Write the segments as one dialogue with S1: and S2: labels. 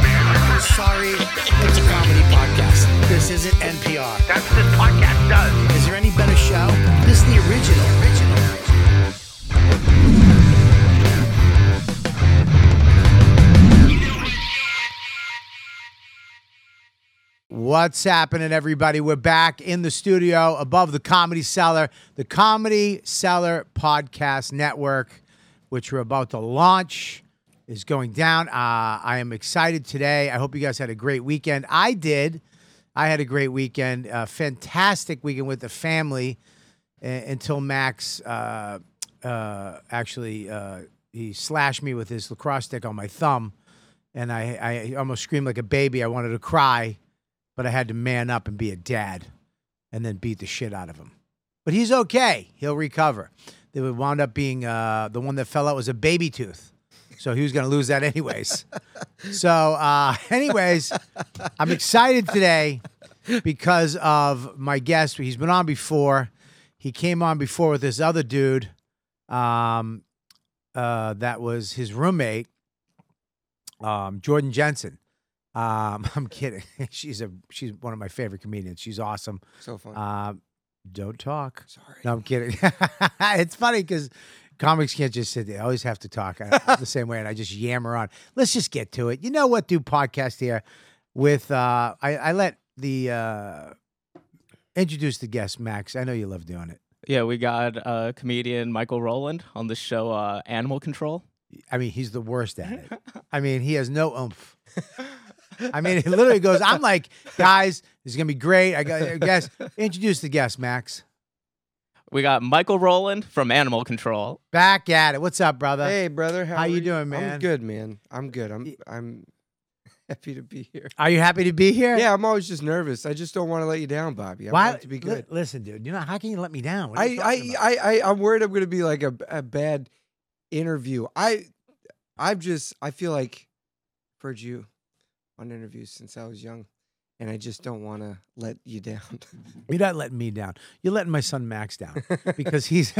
S1: man?
S2: I'm sorry. It's a comedy podcast. This isn't NPR.
S1: That's what this podcast does.
S2: Is there any better show? This is the original. Original. What's happening, everybody? We're back in the studio above the Comedy Cellar, the Comedy Cellar Podcast Network, which we're about to launch, is going down. Uh, I am excited today. I hope you guys had a great weekend. I did. I had a great weekend, a fantastic weekend with the family uh, until Max uh, uh, actually uh, he slashed me with his lacrosse stick on my thumb, and I, I almost screamed like a baby. I wanted to cry, but I had to man up and be a dad, and then beat the shit out of him. But he's okay. He'll recover. They would wound up being uh, the one that fell out was a baby tooth. So he was going to lose that anyways. so, uh, anyways, I'm excited today because of my guest. He's been on before. He came on before with this other dude um, uh, that was his roommate, um, Jordan Jensen. Um, I'm kidding. she's a she's one of my favorite comedians. She's awesome.
S3: So
S4: Uh,
S5: Oh.
S3: fun.
S2: Um, don't talk.
S3: Sorry.
S2: No, I'm kidding. it's funny because comics can't just sit there. I always have to talk I, the same way, and I just yammer on. Let's just get to it. You know what? Do podcast here with uh, I, I let the uh, introduce the guest, Max. I know you love doing it.
S4: Yeah, we got uh, comedian Michael Rowland on the show uh, Animal Control.
S2: I mean, he's the worst at it. I mean, he has no oomph. I mean, it literally goes. I'm like, guys, this is gonna be great. I got I guess introduce the guest, Max.
S4: We got Michael Rowland from Animal Control.
S2: Back at it. What's up, brother?
S5: Hey, brother. How,
S2: How
S5: are
S2: you doing, man?
S5: I'm good, man. I'm good. I'm I'm happy to be here.
S2: Are you happy to be here?
S5: Yeah, I'm always just nervous. I just don't want to let you down, Bobby. I
S2: Why?
S5: want it to be
S2: li-
S5: good.
S2: listen, dude. You know how can you let me down? What are
S5: I
S2: you talking
S5: I,
S2: about?
S5: I I I'm worried I'm going to be like a, a bad interview. I I've just I feel like I've heard you on interviews since I was young, and I just don't want to let you down.
S2: You're not letting me down. You're letting my son Max down because he's.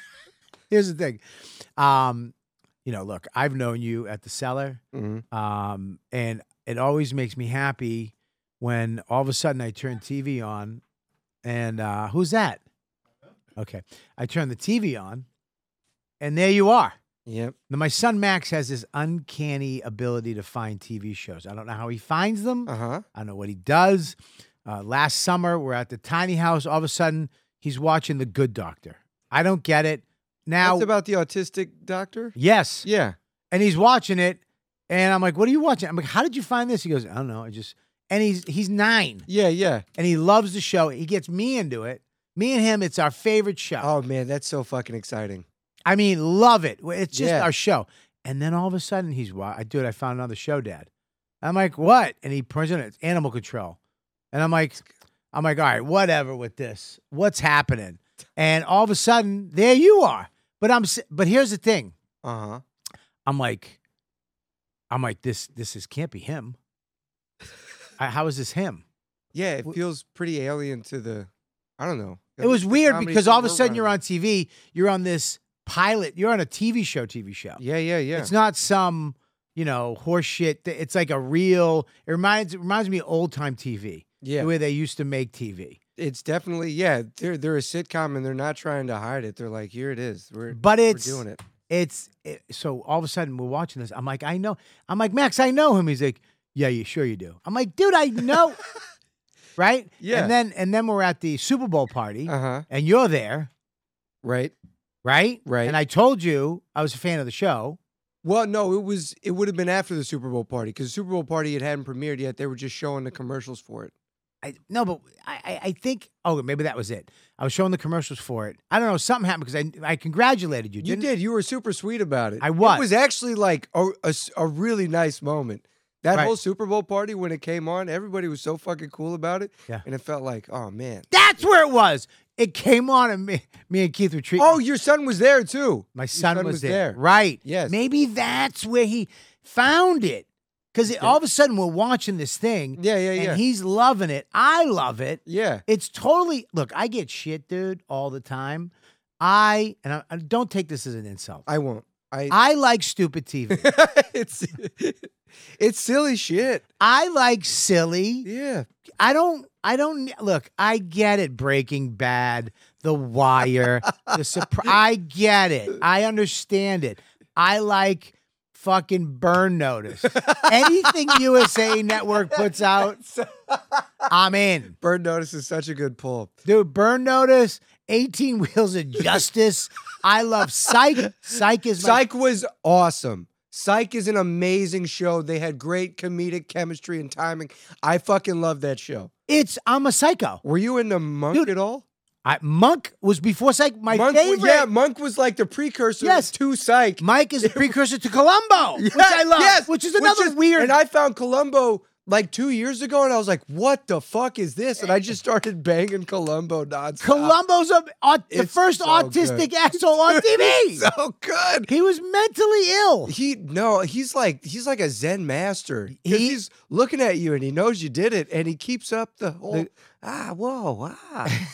S2: Here's the thing, um, you know. Look, I've known you at the cellar.
S5: Mhm.
S2: Um, and it always makes me happy when all of a sudden I turn TV on and uh, who's that? Okay. I turn the TV on and there you are.
S5: Yep.
S2: Now, my son Max has this uncanny ability to find TV shows. I don't know how he finds them,
S5: Uh huh.
S2: I don't know what he does. Uh, last summer, we're at the tiny house. All of a sudden, he's watching The Good Doctor. I don't get it. Now,
S5: That's about the autistic doctor.
S2: yes
S5: Yeah.
S2: and he's watching it, and I'm like, "What are you watching?" I'm like, "How did you find this?" He goes, "I don't know. I just..." And he's he's nine,
S5: Yeah. Yeah.
S2: and he loves the show. He gets me into it. Me and him, it's our favorite show.
S5: Oh man, that's so fucking exciting.
S2: I mean, love it. It's just
S5: Yeah.
S2: our show. And then all of a sudden, he's, "Wow, I dude, I found another show, Dad." I'm like, "What?" And he points it. It's Animal Control, and I'm like, "I'm like, all right, whatever with this. What's happening?" And all of a sudden, there you are. But I'm s- but here's the thing.
S5: Uh huh.
S2: I'm like, I'm like, this this is can't be him. I, how is this him?
S5: Yeah, it
S2: W-
S5: feels pretty alien to the. I don't know.
S2: It was weird because all of a sudden you're on TV, you're on this pilot, you're on a TV show, TV show.
S5: Yeah, yeah, yeah.
S2: It's not some, you know, horseshit. th- It's like a real. It reminds it reminds me of old time TV,
S5: yeah,
S2: the way they used to make TV.
S5: it's definitely yeah. They're they're a sitcom and they're not trying to hide it. They're like, here it is. We're
S2: But
S5: we're
S2: Mm-hmm. it's
S5: doing it.
S2: it's it, so all of a sudden we're watching this. I'm like, I know. I'm like, Max, I know him. He's like, Yeah, you sure you do. I'm like, Dude, I know. right?
S5: Yeah.
S2: And then and then we're at the Super Bowl party,
S5: Uh huh.
S2: and you're there,
S5: Right.
S2: right?
S5: Right.
S2: And I told you I was a fan of the show.
S5: Well, no, it was. It would have been after the Super Bowl party because the Super Bowl party it hadn't premiered yet. They were just showing the commercials for it.
S2: I no, but I I- I think oh maybe that was it. I was showing the commercials for it. I don't know. Something happened because I I congratulated you.
S5: You
S2: didn't
S5: did. You were super sweet about it.
S2: I was.
S5: It was actually like a, a s- a really nice moment. That
S2: Right.
S5: whole Super Bowl party when it came on, everybody was so fucking cool about it.
S2: Yeah.
S5: And it felt like, oh man.
S2: That's where it was. It came on, and me, me and Keith were treating.
S5: Oh, your son was there too.
S2: my
S5: Your
S2: son, was, there. Right.
S5: Yes.
S2: Maybe that's where he found it. Because all of a sudden we're watching this thing.
S5: Yeah, yeah, yeah.
S2: And he's loving it. I love it.
S5: yeah.
S2: It's totally. Look, I get shit, dude, all the time. I and I, I- don't take this as an insult.
S5: I won't. I,
S2: I like stupid TV.
S5: it's it's silly shit.
S2: I like silly.
S5: Yeah.
S2: I don't. I don't look. I get it. Breaking Bad, The Wire, The Surprise. I get it. I understand it. I like fucking Burn Notice. Anything USA Network puts out, I'm in,
S5: Bird Notice is such a good pull.
S2: dude. Burn Notice, 18 Wheels of Justice. I love Psych. Psych is my
S5: Psych was awesome. Psych is an amazing show. They had great comedic chemistry and timing. I fucking love that show.
S2: It's I'm a psycho.
S5: Were you into Monk
S2: Dude,
S5: at all?
S2: I, Monk was before Psych. My
S5: Monk, was-
S2: favorite.
S5: yeah, Monk was like the precursor
S2: Yes.
S5: to Psych.
S2: Mike is the precursor to Columbo, which I love,
S5: Yes,
S2: which is another weird.
S5: And I found Columbo like two years ago, and I was like, "What the fuck is this?" And I just started banging Columbo nonstop.
S2: Columbo's a, aut- the
S5: It's
S2: first
S5: so
S2: autistic
S5: good.
S2: asshole on TV.
S5: so good.
S2: he was mentally ill.
S5: He no, he's like he's like a Zen master. 'Cause
S2: He-
S5: he's looking at you, and he knows you did it, and he keeps up the whole ah whoa ah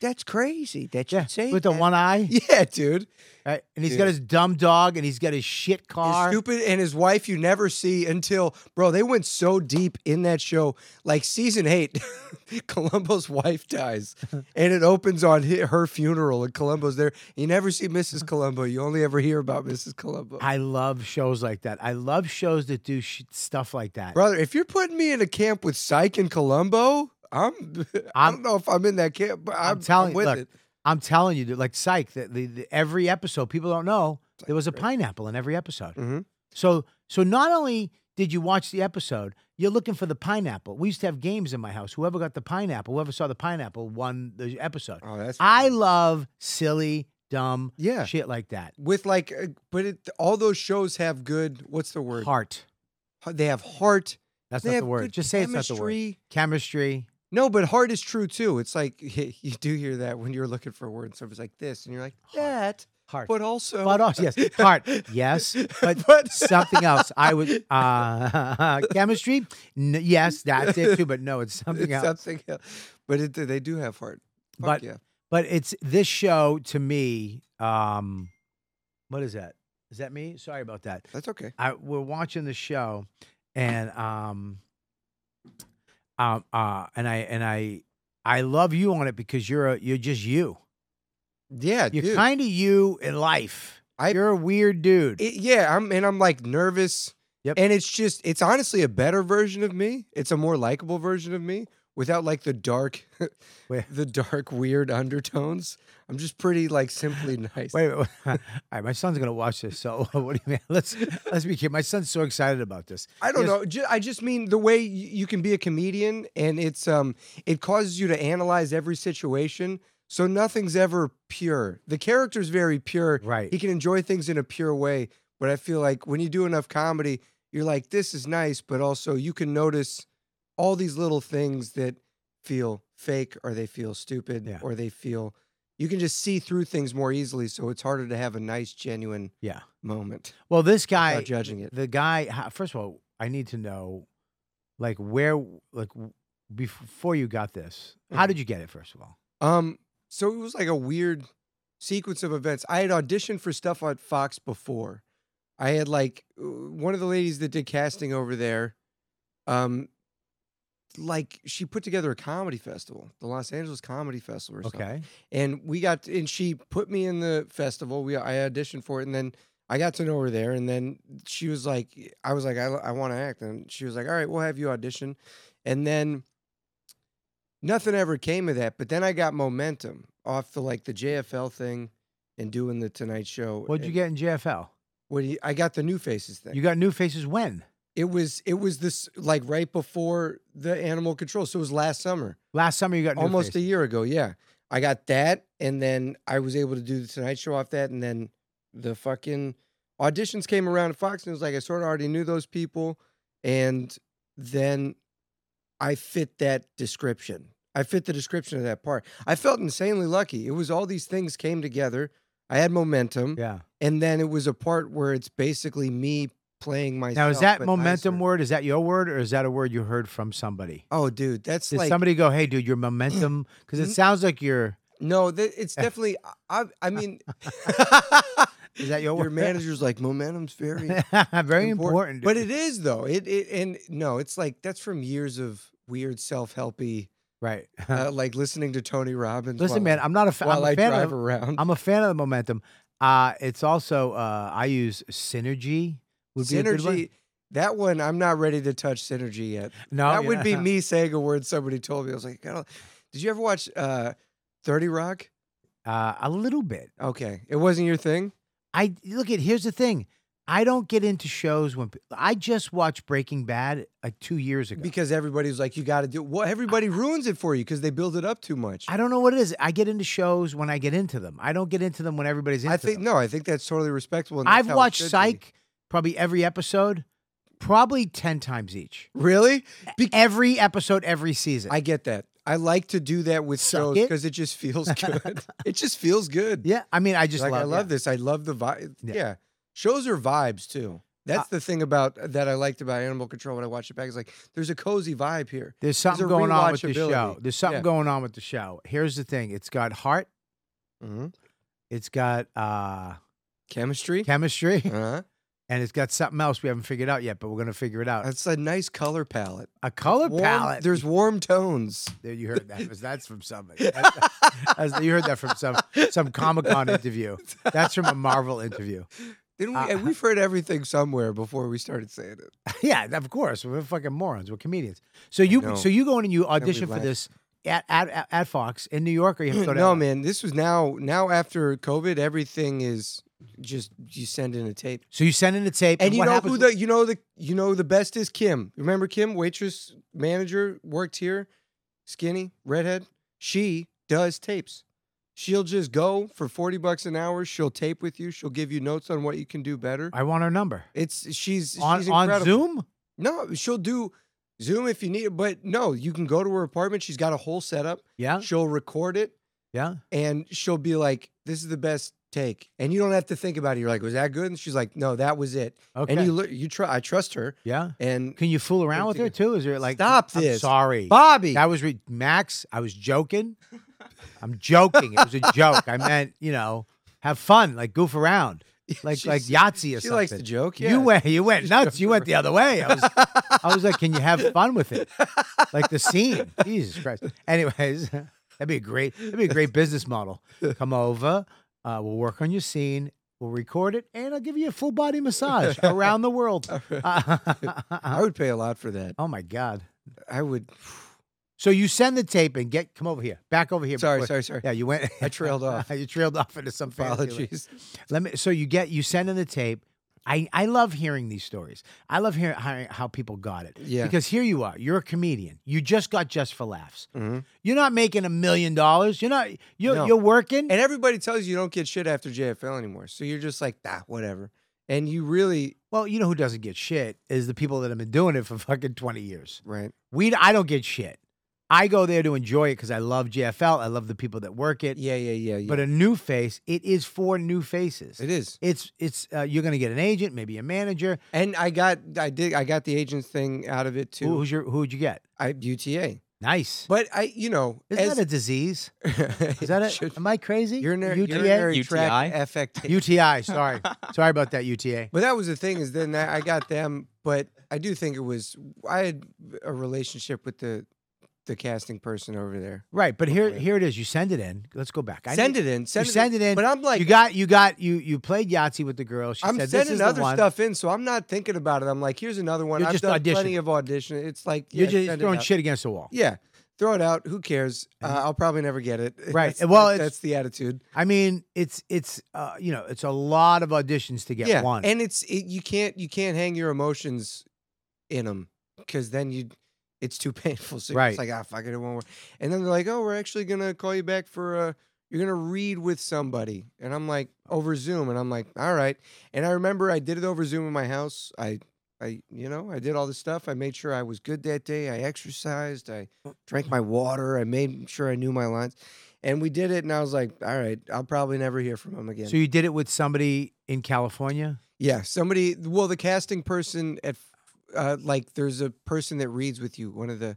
S5: that's crazy that you
S2: Yeah,
S5: would say
S2: with the
S5: that."
S2: one eye,
S5: Yeah, dude.
S2: right? and he's
S5: Dude.
S2: got his dumb dog, and he's got his shit
S5: His
S2: car.
S5: stupid and his wife you never see until bro they went so deep in that show like season eight columbo's wife dies and it opens on hi- her funeral and columbo's there you never see mrs columbo you only ever hear about mrs columbo
S2: I love shows like that. I love shows that do sh- stuff like that.
S5: brother if you're putting me in a camp with psych and columbo i'm, i
S2: I'm-
S5: don't know if i'm in that camp but i'm,
S2: I'm telling
S5: I'm
S2: you,
S5: with
S2: look,
S5: it
S2: I'm telling you, dude, like Psych, that the, the, every episode, people don't know there was a pineapple in every episode.
S5: Mhm.
S2: So, so not only did you watch the episode, you're looking for the pineapple. We used to have games in my house. Whoever got the pineapple, whoever saw the pineapple, won the episode.
S5: oh that's
S2: I
S5: fun.
S2: love silly, dumb
S5: yeah
S2: shit like that.
S5: with like uh, but it, all those shows have good what's the word
S2: Heart.
S5: they have heart
S2: That's
S5: they
S2: not
S5: have
S2: the word.
S5: good
S2: Just say it's not the word.
S5: chemistry.
S2: Chemistry.
S5: No, but heart is true too. It's like you do hear that when you're looking for a word and someone's like this, and you're like that,
S2: Heart.
S5: but also,
S2: But also, yes, heart, yes, but, something else. I would uh, chemistry. N- yes, that's it too. But no, it's something
S5: it's
S2: else.
S5: something else. But it, they do have heart. Fuck
S2: But-
S5: yeah,
S2: But it's this show to me. Um, what is that? Is that me? Sorry about that.
S5: that's okay.
S2: I we're watching the show, and um, um, uh, and I and I I love you on it because you're a you're just you.
S5: Yeah,
S2: You're
S5: dude.
S2: kind of you in life.
S5: I-
S2: you're a weird dude.
S5: It- yeah, I'm and I'm like nervous.
S2: Yep.
S5: And it's just it's honestly a better version of me. It's a more likable version of me without like the dark
S2: Wait.
S5: the dark weird undertones. I'm just pretty like simply nice.
S2: Wait, wait, wait. all right. My son's gonna watch this. So what do you mean? Let's let's be clear. My son's so excited about this.
S5: I don't
S2: Yes.
S5: know. Ju- I just mean the way y- you can be a comedian, and it's um, it causes you to analyze every situation. So nothing's ever pure. The character's very pure.
S2: Right.
S5: He can enjoy things in a pure way. But I feel like when you do enough comedy, you're like, this is nice, but also you can notice all these little things that feel fake, or they feel stupid,
S2: Yeah.
S5: or they feel. You can just see through things more easily, so it's harder to have a nice, genuine
S2: Yeah.
S5: moment.
S2: Well, this guy
S5: Without judging it.
S2: The guy. ho- First of all, I need to know, like, where, like, w- before you got this, how
S5: Mhm.
S2: did you get it? First of all,
S5: Um, so it was like a weird sequence of events. I had auditioned for stuff on Fox before. I had like uh, one of the ladies that did casting over there, um, like she put together a comedy festival, the Los Angeles Comedy Festival. Or something.
S2: okay.
S5: And we got and she put me in the festival. We I auditioned for it, and then I got to know her there. And then she was like, I was like, I, I want to act, and she was like, All right, we'll have you audition. And then nothing ever came of that. But then I got momentum off the like the JFL thing and doing the Tonight Show.
S2: What'd you
S5: and
S2: get in JFL?
S5: What do you, I got the New Faces thing.
S2: You got new faces when?
S5: it was it was this like right before the Animal Control, so it was last summer
S2: Last summer you got new
S5: almost a
S2: faces.
S5: year ago. Yeah, I got that, and then I was able to do the Tonight Show off that, and then the fucking auditions came around at Fox News. Like I sort of already knew those people, and then I fit that description. I fit the description of that part. I felt insanely lucky. It was all these things came together. I had momentum,
S2: Yeah.
S5: and then it was a part where it's basically me playing myself.
S2: Now, is that
S5: but
S2: momentum
S5: nicer.
S2: word? Is that your word, or is that a word you heard from somebody?
S5: Oh, dude, that's
S2: Did
S5: like Mm-hmm.
S2: somebody go, "Hey, dude, your momentum"? Because it
S5: N-
S2: sounds like you're.
S5: no. That, it's definitely. I, I
S2: Uh,
S5: mean,
S2: Is that your
S5: your
S2: word?
S5: manager's like momentum's very
S2: Very important.
S5: But it is though. It it and no, it's like that's from years of weird self-helpy,
S2: right.
S5: uh, like listening to Tony Robbins.
S2: Listen,
S5: while-
S2: man, I'm not a, fa- I'm
S5: while
S2: a
S5: I
S2: fan
S5: drive
S2: of.
S5: around.
S2: I'm a fan of the momentum. Uh, it's also uh, I use synergy. Would be a good one.
S5: Synergy. That one, I'm not ready to touch Synergy yet.
S2: No,
S5: that would be
S2: Oh, yeah.
S5: me saying a word somebody told me. I was like, I don't, did you ever watch uh, 30 Rock?
S2: Uh, a little bit.
S5: Okay, it wasn't your thing.
S2: I look at. Here's the thing. I don't get into shows when pe- I just watched Breaking Bad like two years ago.
S5: Because everybody's like, you got to do. Well, everybody ruins it for you because they build it up too much.
S2: I don't know what it is. I get into shows when I get into them. I don't get into them when everybody's into
S5: I think
S2: them.
S5: no, I think that's totally respectable. and that's
S2: I've
S5: how it
S2: watched
S5: should be.
S2: Psych probably every episode, probably ten times each.
S5: Really? Be-
S2: Every episode, every season.
S5: I get that. I like to do that with
S2: Suck
S5: shows
S2: it.
S5: because it just feels good. it just feels good.
S2: yeah, I mean, I just
S5: like
S2: love.
S5: I love
S2: yeah.
S5: this. I love the vibe.
S2: Yeah. Uh
S5: Yeah. shows are vibes too. That's the thing about that I liked about Animal Control when I watched it back. It's like there's a cozy vibe here.
S2: There's something
S5: a
S2: going on with the show.
S5: rewatchability.
S2: There's something
S5: Yeah.
S2: going on with the show. Here's the thing. It's got heart. Mm-hmm. It's got uh,
S5: Chemistry.
S2: chemistry,
S5: uh-huh.
S2: and it's got something else we haven't figured out yet, but we're gonna figure it out.
S5: That's a nice color palette.
S2: a color
S5: Warm-
S2: palette.
S5: There's warm tones.
S2: There, you heard that. 'cause That's from somebody. That's- that's- you heard that from some some Comic Con interview. That's from a Marvel interview.
S5: Didn't we?
S2: Uh,
S5: and we've heard everything somewhere before we started saying it.
S2: Yeah, of course. We're fucking morons. We're comedians. So you
S5: know.
S2: so you go in and you audition for
S5: laugh.
S2: this at, at at- at Fox in New York, or you have to go to
S5: no,
S2: LA?
S5: man. This was now. Now after COVID, everything is just you send in a tape.
S2: So you send in a tape, and,
S5: And you
S2: what
S5: know
S2: happens?
S5: who the you know the you know the best is Kim. Remember Kim, waitress manager, worked here, skinny, redhead. She does tapes. She'll just go for 40 bucks an hour. She'll tape with you. She'll give you notes on what you can do better.
S2: I want her number
S5: It's she's
S2: on
S5: she's
S2: on
S5: incredible.
S2: Zoom.
S5: No, she'll do Zoom if you need it, but no, you can go to her apartment. She's got a whole setup.
S2: Yeah,
S5: She'll record it
S2: yeah.
S5: and she'll be like, "This is the best take," and you don't have to think about it. You're like, "Was that good?" And she's like, "No, that was it."
S2: Okay.
S5: And you look, you try. I trust her.
S2: yeah.
S5: And
S2: Can you fool around with her too? Is there like
S5: Stop
S2: I'm
S5: this.
S2: Sorry,
S5: Bobby,
S2: that was re- Max. I was joking. I'm joking. It was a joke. I meant you know have fun, like goof around, like like
S5: She's-
S2: Yahtzee or
S5: she
S2: something.
S5: likes to joke. Yeah.
S2: You went, you went nuts. You went the other way. I was, I was like, can you have fun with it? Like the scene. Jesus Christ. Anyways, that'd be a great, that'd be a great business model. Come over, uh, we'll work on your scene, we'll record it, and I'll give you a full body massage around the world.
S5: I would pay a lot for that.
S2: uh-huh. oh my God.
S5: I would.
S2: So you send the tape and get come over here, back over here.
S5: Sorry,
S2: before-
S5: sorry, sorry.
S2: Yeah, you went.
S5: I trailed off.
S2: you trailed off into some fancy land.
S5: Apologies.
S2: Let me. So you get you send in the tape. I I love hearing these stories. I love hearing how, how people got it.
S5: Yeah.
S2: Because here you are. You're a comedian. You just got just for laughs.
S5: Mhm.
S2: You're not making a million dollars. You're not. You're
S5: No.
S2: you're working.
S5: And everybody tells you you don't get shit after JFL anymore, so you're just like, ah, whatever. And you really
S2: well, you know who doesn't get shit is the people that have been doing it for fucking twenty years.
S5: right.
S2: We I don't get shit. I go there to enjoy it because I love JFL. I love the people that work it.
S5: Yeah, yeah, yeah. yeah.
S2: But a new face, it is for new faces.
S5: it is.
S2: It's it's uh, you're gonna get an agent, maybe a manager.
S5: And I got, I did, I got the agents thing out of it too.
S2: Who, who's your who'd you get?
S5: I UTA.
S2: Nice.
S5: But I, you know,
S2: Isn't
S5: as,
S2: that a disease? Is that it?
S5: should-
S2: Am I crazy?
S5: urinary,
S2: UTA?
S5: urinary
S4: UTI?
S5: tract affectation.
S2: UTI. Sorry, sorry about that. UTA.
S5: But that was the thing is then that I got them, but I do think it was I had a relationship with the the casting person over there.
S2: Right, but here
S5: Okay.
S2: here it is. You send it in. Let's go back. I
S5: send
S2: need-
S5: it in, send,
S2: you
S5: it,
S2: send it in.
S5: But I'm like,
S2: you got you got you you played Yahtzee with the girl. She
S5: I'm
S2: said this is
S5: sending
S2: the
S5: other
S2: one.
S5: stuff in, so I'm not thinking about it. I'm like, here's another one.
S2: You're
S5: I've
S2: just
S5: done plenty
S2: auditioning.
S5: of audition. It's like
S2: You're
S5: yeah,
S2: just
S5: send it
S2: throwing
S5: out.
S2: shit against the wall.
S5: Yeah, throw it out. Who cares? Uh, I'll probably never get it.
S2: Right.
S5: That's-
S2: Well, it's-
S5: that's the attitude.
S2: I mean, it's it's uh, you know it's a lot of auditions to get
S5: yeah,
S2: one.
S5: and it's it, you can't you can't hang your emotions in them because then you it's too painful. So
S2: Right.
S5: it's like ah fuck it, it won't work. And then they're like, oh, we're actually gonna call you back for uh you're gonna read with somebody, and I'm like over Zoom, and I'm like, all right. And I remember I did it over Zoom in my house. I I, you know, I did all this stuff. I made sure I was good that day. I exercised. I drank my water. I made sure I knew my lines. And we did it. And I was like, all right, I'll probably never hear from him again.
S2: So you did it with somebody in California?
S5: yeah. Somebody, well, the casting person at, uh, like, there's a person that reads with you, one of the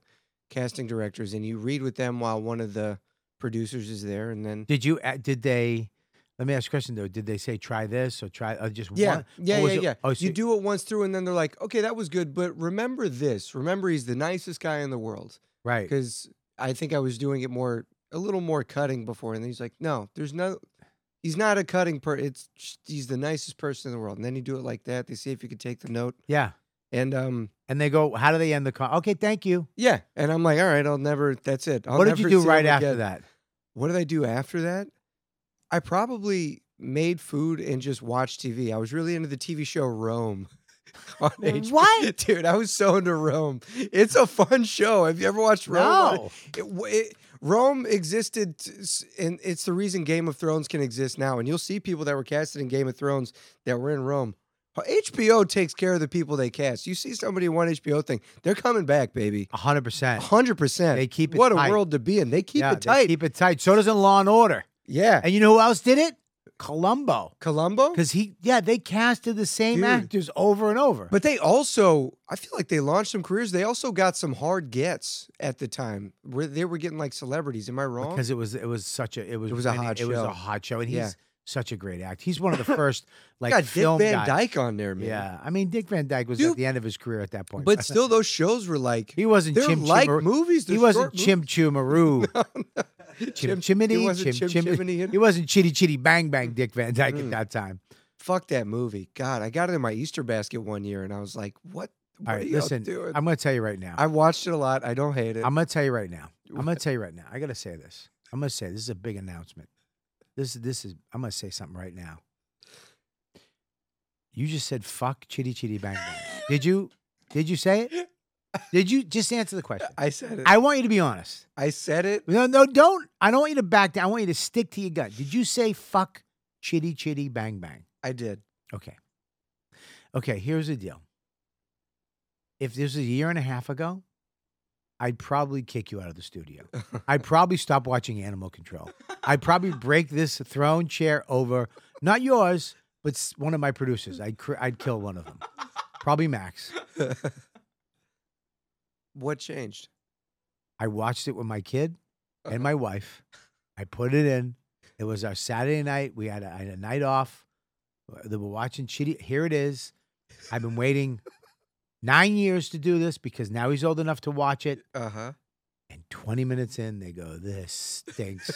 S5: casting directors, and you read with them while one of the producers is there. And then,
S2: Did you? uh, Did they? Let me ask you a question though. Did they say try this or try uh, just
S5: yeah,
S2: one?
S5: yeah,
S2: or was
S5: yeah,
S2: it-
S5: yeah.
S2: Oh,
S5: you do it once through, and then they're like, okay, that was good. But remember this remember, he's the nicest guy in the world.
S2: right.
S5: because I think I was doing it more a little more cutting before, and he's like, "No, there's no, he's not a cutting per. It's just- he's the nicest person in the world." And then you do it like that. They see if you can take the note,
S2: Yeah,
S5: and um,
S2: and they go. How do they end the call? Okay, thank you.
S5: yeah. And I'm like, "All right, I'll never. That's it." I'll
S2: what did you
S5: never
S2: do
S5: see
S2: right
S5: him
S2: after
S5: again."
S2: that?
S5: What did I do after that? I probably made food and just watched TV. I was really into the TV show Rome. on HBO.
S2: What?
S5: dude? I was so into Rome. It's a fun show. Have you ever watched Rome? on-
S2: No.
S5: it, w- it, Rome existed, t- s- and it's the reason Game of Thrones can exist now. And you'll see people that were casted in Game of Thrones that were in Rome. HBO takes care of the people they cast. You see somebody in one HBO thing, they're coming back, baby.
S2: A hundred percent.
S5: 100%.
S2: They keep it
S5: What
S2: tight.
S5: a world to be in. They Oh, keep
S2: Yeah,
S5: it
S2: they
S5: tight.
S2: Keep it tight. So doesn't Law and Order.
S5: yeah.
S2: And you know who else did it? Columbo.
S5: Columbo?
S2: Because he, yeah, they casted the same
S5: Oh. Dude.
S2: actors over and over.
S5: But they also, I feel like they launched some careers. They also got some hard gets at the time where they were getting like celebrities. Am I wrong?
S2: because it was it was such a it was
S5: It was a
S2: and
S5: hot
S2: it was a
S5: show.
S2: hot show, and he's
S5: Yeah.
S2: such a great actor. He's one of the first like
S5: got Dick
S2: film
S5: Van
S2: guys.
S5: Dyke on there, man.
S2: Yeah, I mean Dick Van Dyke was at
S5: Dude,
S2: the end of his career at that point.
S5: But still, those shows were like
S2: he wasn't
S5: They're
S2: Chim
S5: like
S2: Chimaru-
S5: movies.
S2: He
S5: They're
S2: wasn't
S5: short
S2: Chim Chimaru.
S5: movies.
S2: Chim
S5: It
S2: Chimney.
S5: wasn't
S2: Chim
S5: Chim Chimney
S2: Chimney.
S5: in-
S2: He wasn't Chitty Chitty Bang Bang Dick Van Dyke
S5: Mm.
S2: at that time.
S5: Fuck that movie. God, I got it in my Easter basket one year, and I was like, "What? What
S2: All
S5: are
S2: right,
S5: y'all
S2: listen.
S5: doing?" i
S2: I'm going to tell you right now.
S5: watched it a lot. I don't hate it.
S2: I'm gonna tell you right now. I'm gonna tell you right now. I gotta say this. I'm gonna say this is a big announcement. This this is I'm gonna say something right now. You just said fuck chitty chitty bang bang. did you did you say it? Did you just answer the question?
S5: I said it. I,
S2: I want you to be honest.
S5: said it.
S2: No, no, don't. I don't want you to back down. I want you to stick to your gut. Did you say fuck chitty chitty bang bang?
S5: I did.
S2: Okay. Okay, here's the deal. If this was a year and a half ago, I'd probably kick you out of the studio. I'd probably stop watching Animal Control. I'd probably break this throne chair over, not yours, but s- one of my producers. I'd, cr- I'd kill one of them, probably Max.
S5: What changed?
S2: I watched it with my kid and my wife. I put it in. It was our Saturday night. We had a, I had a night off. Uh, They were watching Chitty. Here it is. I've been waiting nine years to do this because now he's old enough to watch it.
S5: Uh huh.
S2: And 20 minutes in, they go, This stinks.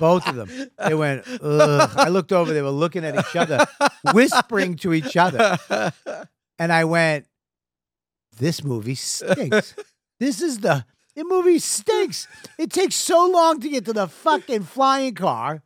S2: Both of them. They went, Ugh. I looked over. They were looking at each other, whispering to each other. And I went, This movie stinks. This is the the movie stinks. It takes so long to get to the fucking flying car.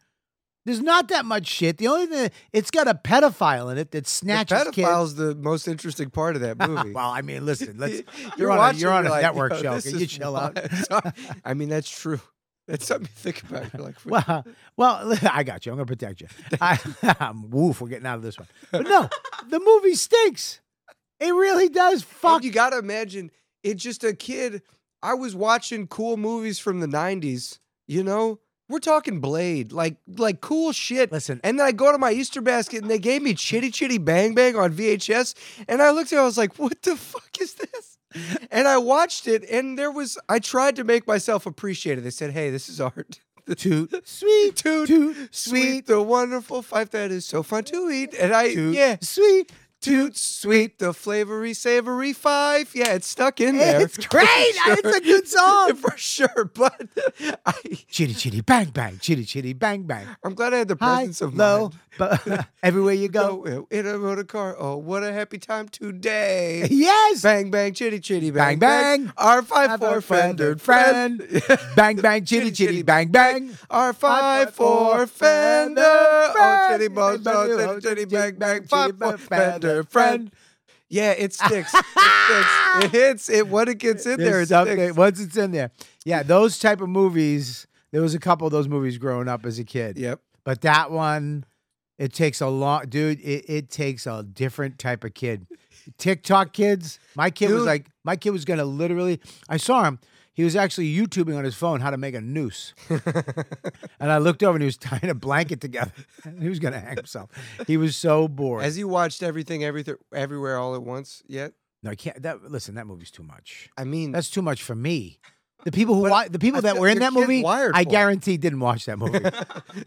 S2: There's not that much shit. The only thing it's got a pedophile in it that snatches kids. Ah,
S5: pedophile's the most interesting part of that movie.
S2: well, I mean, listen, let's
S5: You're
S2: you're, on a,
S5: watching,
S2: you're on a
S5: like,
S2: network
S5: "Yo,
S2: show.
S5: this
S2: Can you
S5: is
S2: chill out?
S5: wild." Sorry. I mean, that's true. That's something to think about. You're like,
S2: Well, well, I got you. I'm gonna protect you. I, I'm woof. We're getting out of this one. But no, the movie stinks. It really does.
S5: And
S2: Fuck
S5: you got to imagine it's just a kid. I was watching cool movies from the '90s. You know, we're talking Blade, like like cool shit.
S2: Listen.
S5: and then I go to my Easter basket, and they gave me Chitty Chitty Bang Bang on VHS, and I looked at, it, I was like, what the fuck is this? And I watched it, and there was I tried to make myself appreciate it. They said, hey, this is art.
S2: toot sweet
S5: Toot,
S2: toot
S5: Sweet,
S2: sweet
S5: the wonderful five that is so fun to eat, and I
S2: toot
S5: yeah.
S2: sweet
S5: Toot sweet, the flavory savory five. Yeah, it's stuck in there.
S2: It's great. It's a good song.
S5: for sure. But I,
S2: Chitty chitty bang bang, chitty chitty bang bang.
S5: I'm glad I had the
S2: High,
S5: presence of
S2: low,
S5: mind.
S2: but everywhere you go.
S5: Go uh, in a motor car. Oh, what a happy time today!
S2: Yes.
S5: bang bang, chitty chitty, bang
S2: Bang,
S5: bang.
S2: bang.
S5: R
S2: Have
S5: five
S2: a
S5: four fendered
S2: friend.
S5: friend.
S2: Bang bang, chitty chitty bang bang.
S5: R
S2: Five,
S5: five
S2: four,
S5: four fender.
S2: fender,
S5: Oh,
S2: friend.
S5: chitty bones,
S2: Chitty,
S5: oh,
S2: bone,
S5: chitty, chitty,
S2: chitty,
S5: bang
S2: bang,
S5: bang.
S2: chitty,
S5: Five
S2: bone,
S5: four fender, friend. Yeah, it sticks. it sticks. It hits. It when it gets in there, it
S2: There's something
S5: sticks.
S2: once it's in there. Yeah, those type of movies. There was a couple of those movies growing up as a kid.
S5: Yep.
S2: But that one, it takes a long dude. It, it takes a different type of kid. TikTok kids. My kid was
S5: Dude.
S2: like, my kid was gonna literally. I saw him. He was actually YouTubing on his phone how to make a noose. and I looked over and he was tying a blanket together. he was gonna hang himself. He was so bored.
S5: Has you watched everything, everything, everywhere, all at once yet?
S2: no, I can't. That listen, that movie's too much.
S5: I mean,
S2: That's too much for me. The people who
S5: Mm. But
S2: wa- the people
S5: I
S2: that
S5: feel
S2: were in
S5: your
S2: that
S5: kid
S2: movie,
S5: wired
S2: I
S5: for it.
S2: guarantee didn't watch that movie.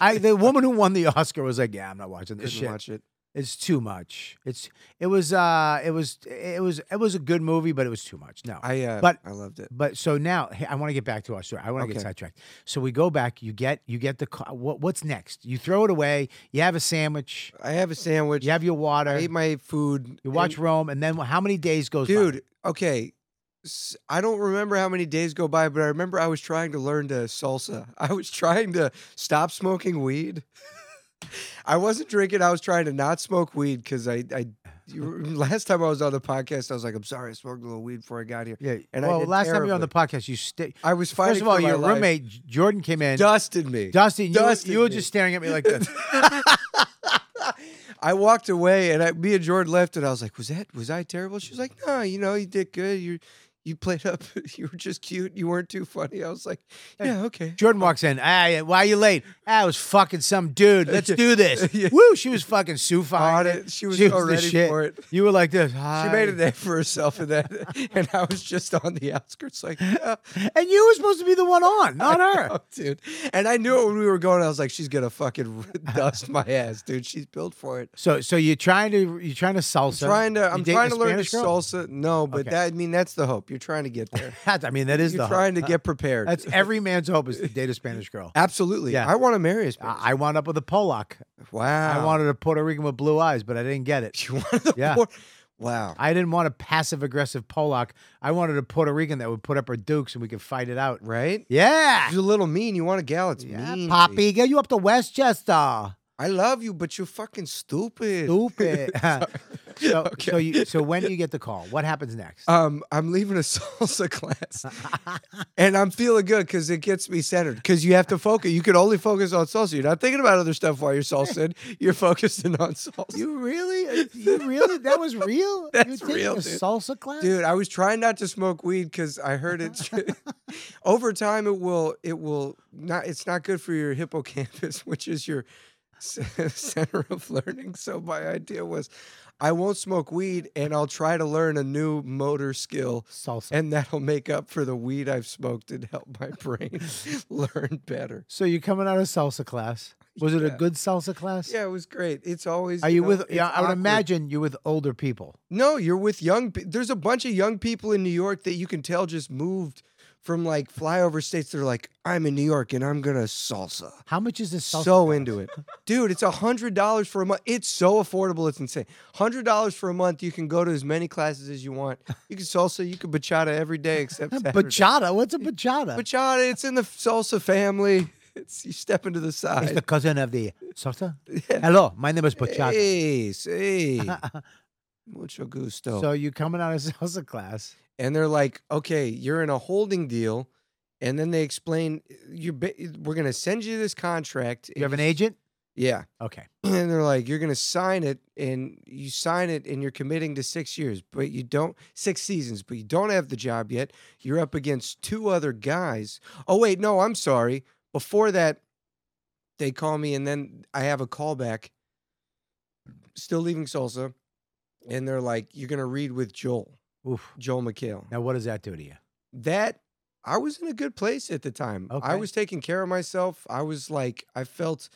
S2: I the woman who won the Oscar was like, "Yeah, I'm not watching this
S5: couldn't
S2: shit.
S5: watch it.
S2: It's too much. It's it was uh it was it was it was a good movie, but it was too much. No,
S5: I uh,
S2: But-
S5: I loved it.
S2: but so now hey, I want to get back to our story. I want to get
S5: Okay.
S2: sidetracked. So we go back. You get you get the car. What, what's next? You throw it away. You have a sandwich.
S5: I have a sandwich.
S2: You have your
S5: I
S2: water.
S5: ate my food.
S2: you watch
S5: and-
S2: Rome, and then how many days goes? by?
S5: dude. Okay, S- I don't remember how many days go by, but I remember I was trying to learn to salsa. I was trying to stop smoking weed. I wasn't drinking. I was trying to not smoke weed because I, I, you re- last time I was on the podcast, I was like, I'm sorry, I smoked a little weed before I got here.
S2: Yeah.
S5: and I
S2: well,
S5: did
S2: last time you were on the podcast, you sta-
S5: I was fighting.
S2: first of all,
S5: for my
S2: your
S5: life.
S2: roommate J- Jordan came in.
S5: dusted me.
S2: Dustin, you,
S5: Dustin
S2: you were
S5: me.
S2: just staring at me like this.
S5: I walked away, and I, me and Jordan left, and I was like, "Was that was I terrible?" She was like, "No, you know, you did good. You you played up. You were just cute. You weren't too funny." I was like, "Yeah, okay."
S2: Jordan walks in. Ah, why are you late? Ah, I was fucking some dude. Let's do this.
S5: Yeah.
S2: Woo! She was fucking Sue
S5: On
S2: Fine.
S5: it. She was so
S2: the
S5: ready for it.
S2: You were like this.
S5: She
S2: Hi.
S5: made a name for herself in that, and I was just on the outskirts, like, yeah,
S2: And you were supposed to be the one on, not her.
S5: oh, dude. And I knew it when we were going. I was like, she's gonna fucking dust my ass, dude. She's built for it.
S2: So, so you're trying to you're trying to salsa.
S5: Trying to,
S2: You
S5: I'm
S2: dating
S5: trying
S2: a
S5: to learn to
S2: Spanish girl?
S5: salsa. No, but
S2: Okay.
S5: that, I mean, that's the hope. You're trying to get there.
S2: That- I mean, that is
S5: You're
S2: the
S5: trying to
S2: hope.
S5: get prepared.
S2: That's every man's hope is to date a Spanish girl.
S5: Absolutely.
S2: Yeah.
S5: I want to marry a Spanish.
S2: I I wound up with a Polak.
S5: wow.
S2: I wanted a Puerto Rican with blue eyes, but I didn't get it.
S5: You wanted the
S2: Yeah.
S5: poor- Wow.
S2: I didn't want a passive aggressive Polak. I wanted a Puerto Rican that would put up her dukes and we could fight it out.
S5: right?
S2: Yeah.
S5: You're a little mean. You want a gal? It's
S2: Yeah,
S5: mean.
S2: Poppy, get you up to Westchester.
S5: I love you, but you're fucking stupid.
S2: Stupid. so,
S5: Okay.
S2: so, you, so when do you get the call? What happens next?
S5: Um, I'm leaving a salsa class, and I'm feeling good because it gets me centered. Because you have to focus. You can only focus on salsa. You're not thinking about other stuff while you're salsa. You're focusing on salsa.
S2: you really? uh, You really? That was real? you
S5: That's
S2: taking
S5: real,
S2: a
S5: dude.
S2: salsa class?
S5: Dude, I was trying not to smoke weed because I heard it. over time, it will. It will not. It's not good for your hippocampus, which is your c- center of learning. So my idea was, I won't smoke weed, and I'll try to learn a new motor skill,
S2: Salsa.
S5: and that'll make up for the weed I've smoked and help my brain learn better.
S2: so you're coming out of salsa class. Was it a
S5: Yeah.
S2: good salsa class?
S5: Yeah, it was great. It's always.
S2: Are you
S5: know,
S2: with?
S5: it's
S2: Yeah, I would
S5: awkward.
S2: imagine you're with older people.
S5: No, you're with young. pe- There's a bunch of young people in New York that you can tell just moved from like flyover states. They're like, I'm in New York and I'm gonna salsa.
S2: How much is this salsa?
S5: So
S2: class?
S5: into it, dude. It's a hundred dollars for a month. It's so affordable. It's insane. Hundred dollars for a month. You can go to as many classes as you want. You can salsa. You can bachata every day except Saturday.
S2: Bachata. What's a bachata?
S5: Bachata. It's in the salsa family. It's you step into the
S2: It's the
S5: side.
S2: cousin of the salsa. Hello, my name is bachata.
S5: Hey, say. Mucho gusto.
S2: So you're coming out of salsa class.
S5: and they're like, "Okay, you're in a holding deal," and then they explain, "You ba- we're gonna send you this contract."
S2: You have an agent.
S5: yeah,
S2: Okay.
S5: and they're like, "You're gonna sign it, and you sign it, and you're committing to six years, but you don't six seasons, but you don't have the job yet. You're up against two other guys. Oh wait, no, I'm sorry. Before that, they call me, and then I have a callback. Still leaving salsa, and they're like, "You're gonna read with Joel,
S2: Oof.
S5: Joel McHale."
S2: Now, what does that do to you?
S5: that I was in a good place at the time.
S2: Okay.
S5: I was taking care of myself. I was like, I felt,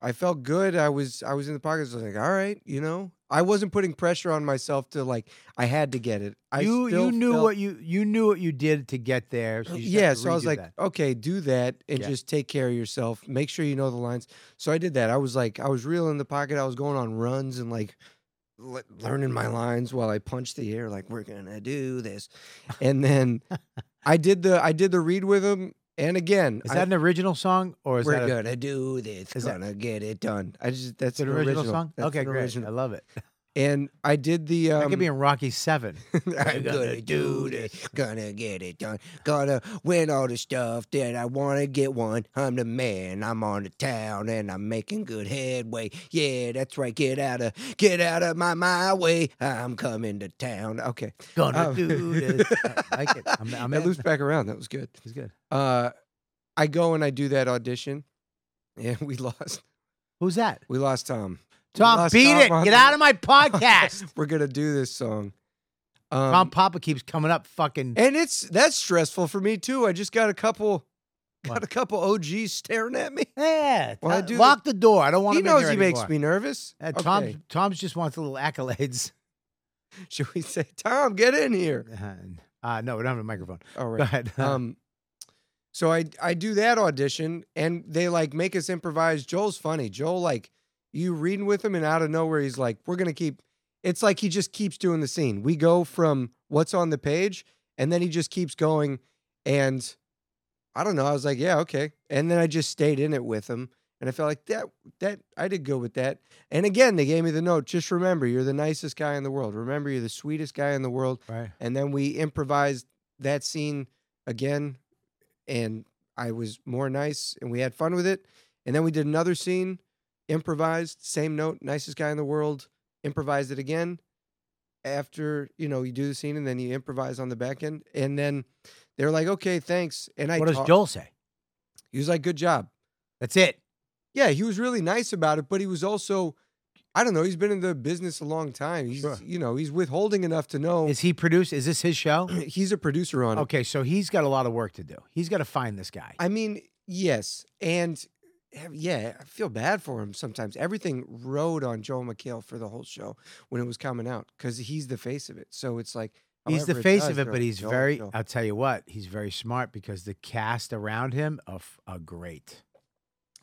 S5: I felt good. I was, I was in the pockets. I was like, all right, you know, I wasn't putting pressure on myself to like, I had to get it. I
S2: you
S5: still
S2: you knew
S5: felt-
S2: what you you knew what you did to get there. So you just have
S5: yeah.
S2: to
S5: So I was
S2: redo
S5: like,
S2: that.
S5: okay, do that and
S2: Yeah.
S5: just take care of yourself. Make sure you know the lines. So I did that. I was like, I was real in the pocket. I was going on runs and like le- learning my lines while I punched the air, like we're gonna do this. And then I did the I did the read with him. And again,
S2: is
S5: I
S2: that an original song or is
S5: we're
S2: that a,
S5: gonna do this.
S2: Is that-
S5: Gonna get it done. I just that's
S2: it's an original, song?
S5: That's
S2: okay,
S5: an
S2: great. I
S5: original.
S2: love it.
S5: And I did the. Um,
S2: I could be in Rocky Seven.
S5: I'm gonna do this. Gonna get it done. Gonna win all the stuff that I wanna get won. I'm the man. I'm on the town and I'm making good headway. Yeah, that's right. Get out of get out of my my way. I'm coming to town. Okay,
S2: Gonna
S5: Um,
S2: do this. I like it. I'm, I'm
S5: I
S2: in.
S5: looped back around. That was good.
S2: It's good.
S5: Uh, I go and I do that audition, and we lost.
S2: Who's that?
S5: We lost Tom. We
S2: Tom,
S5: lost
S2: beat
S5: Tom
S2: it.
S5: on
S2: Get
S5: the-
S2: out of my podcast.
S5: We're gonna do this song. Um, Eh,
S2: Tom Papa keeps coming up fucking.
S5: And it's that's stressful for me too. I just got a couple, got
S2: What?
S5: a couple OGs staring at me.
S2: Yeah.
S5: Well, I
S2: Tom-
S5: do the-
S2: Lock the door. I don't want
S5: He
S2: him
S5: knows
S2: in
S5: he
S2: here
S5: makes
S2: anymore.
S5: me nervous.
S2: Uh, Tom,
S5: Okay.
S2: Tom's just wants a little accolades.
S5: should we say, Tom, get in here?
S2: Uh, no, we don't have a microphone.
S5: All
S2: Go
S5: right.
S2: ahead.
S5: Um, so I I do that audition, and they like make us improvise. Joel's funny. Joel like you reading with him, and out of nowhere he's like, "We're gonna keep." It's like he just keeps doing the scene. We go from what's on the page, and then he just keeps going. And I don't know. I was like, "Yeah, okay." And then I just stayed in it with him, and I felt like that that I did good with that. And again, they gave me the note. Just remember, you're the nicest guy in the world. Remember, you're the sweetest guy in the world
S2: right.
S5: and then we improvised that scene again and i was more nice and we had fun with it and then we did another scene improvised same note nicest guy in the world improvised it again after you know you do the scene and then you improvise on the back end and then they're like okay thanks and i
S2: What does
S5: talk-
S2: Joel say?
S5: he was like good job
S2: That's it.
S5: yeah he was really nice about it but he was also i don't know he's been in the business a long time he's
S2: Sure.
S5: you know he's withholding enough to know
S2: Is he produced? Is this his show?
S5: he's a producer on it
S2: Okay, so he's got a lot of work to do. He's got to find this guy.
S5: I mean, yes, and eh, yeah, I feel bad for him sometimes. Everything rode on Joel McHale for the whole show when it was coming out because he's the face of it. So it's like
S2: He's the
S5: however
S2: face
S5: does,
S2: of it,
S5: they're
S2: but
S5: like,
S2: he's
S5: Joel,
S2: very,
S5: Joel.
S2: I'll tell you what, he's very smart because the cast around him are, f- are great.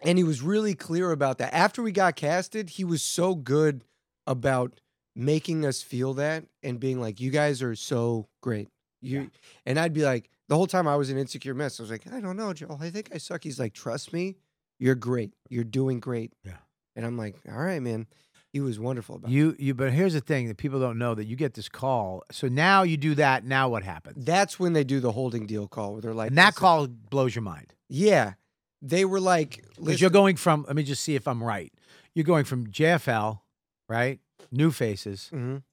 S5: and he was really clear about that. After we got casted, he was so good about making us feel that and being like, "You guys are so great." You and I'd be like, the whole time I was an insecure mess. I was like, "I don't know, Joel. I think I suck." He's like, "Trust me, you're great. You're doing great."
S2: Yeah.
S5: And I'm like, "All right, man." He was wonderful about it.
S2: You, you, but here's the thing that people don't know that you get this call. So now you do that. Now what happens?
S5: That's when they do the holding deal call where they're like,
S2: And that
S5: "Listen."
S2: call blows your mind
S5: yeah, they were like,
S2: because you're
S5: "Listen,
S2: going from. Let me just see if I'm right. You're going from JFL, right? New faces,
S5: mhm,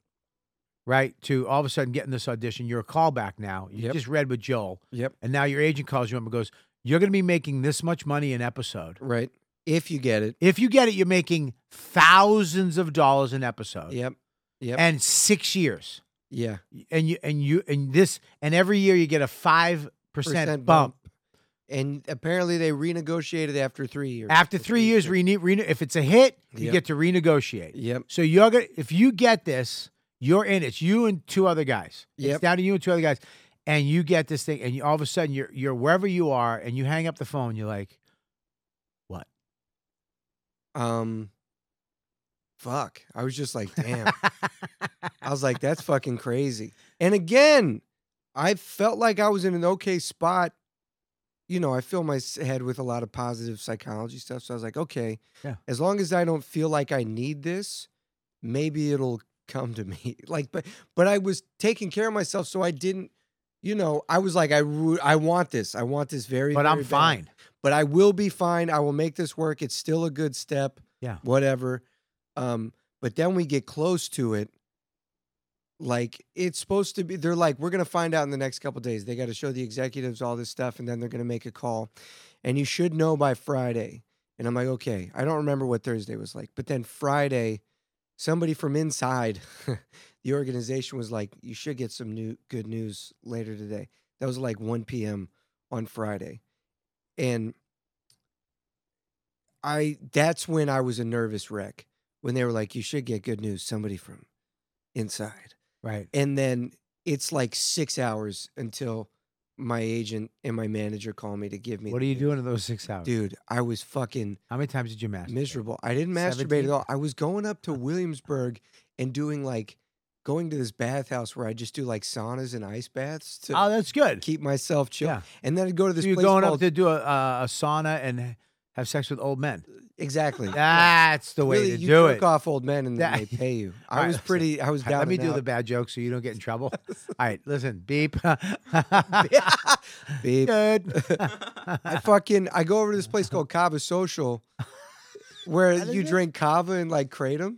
S2: right? To all of a sudden getting this audition. You're a callback now. You
S5: Yep.
S2: just read with Joel,
S5: yep,
S2: and now your agent calls you up and goes, "You're going to be making this much money an episode."
S5: right. If you get it,
S2: If you get it, you're making thousands of dollars an episode.
S5: yep, yep,
S2: And six years.
S5: yeah."
S2: And you and you and this and every year you get a five percent
S5: percent
S2: bump.
S5: And apparently they renegotiated after three years.
S2: After three years, rene- rene- if it's a hit, you
S5: Yep.
S2: get to renegotiate.
S5: Yep.
S2: So you're gonna if you get this, you're in. It's you and two other guys. It's
S5: Yep.
S2: down to you and two other guys. And you get this thing, and you, all of a sudden you're you're wherever you are, and you hang up the phone. You're like,
S5: Um. Fuck. I was just like, damn. I was like, that's fucking crazy. And again, I felt like I was in an okay spot. You know, I fill my s- head with a lot of positive psychology stuff. So I was like, okay,
S2: Yeah.
S5: as long as I don't feel like I need this, maybe it'll come to me. Like, but but I was taking care of myself, so I didn't. You know, I was like, I ru- I want this. I want this very.
S2: "But I'm
S5: very bad
S2: fine."
S5: but I will be fine. I will make this work. It's still a good step.
S2: Yeah.
S5: Whatever. Um, but then we get close to it. Like it's supposed to be, they're like, we're gonna find out in the next couple days. They got to show the executives all this stuff, and then they're gonna make a call, and you should know by Friday. And I'm like, okay, I don't remember what Thursday was like, but then Friday, somebody from inside the organization was like, you should get some new good news later today. That was like 1 p.m. on Friday and I that's when I was a nervous wreck when they were like, "You should get good news, somebody from inside."
S2: Right.
S5: And then it's like six hours until my agent and my manager call me to give me.
S2: What
S5: the
S2: are you
S5: news.
S2: doing in those six hours?
S5: dude? I was fucking
S2: How many times did you masturbate?
S5: miserable. I didn't masturbate
S2: 17?
S5: at all. I was going up to Williamsburg and doing like going to this bathhouse where I just do like saunas and ice baths to
S2: Oh, that's good.
S5: keep myself chill.
S2: Yeah.
S5: And then I'd go to
S2: So
S5: this
S2: you're
S5: place
S2: going
S5: called
S2: up to do a, a, a sauna and have sex with old men.
S5: Exactly.
S2: Ah, That's the way
S5: really,
S2: to
S5: you
S2: do
S5: jerk
S2: it.
S5: off old men and then
S2: Yeah.
S5: they pay you. I
S2: All right,
S5: was
S2: listen.
S5: pretty. I was down.
S2: Let me
S5: and
S2: do the
S5: out.
S2: bad joke so you don't get in trouble. All right, listen, beep.
S5: Babe,
S2: Good.
S5: I fucking I go over to this place called Cava Social, where you drink cava and like kratom,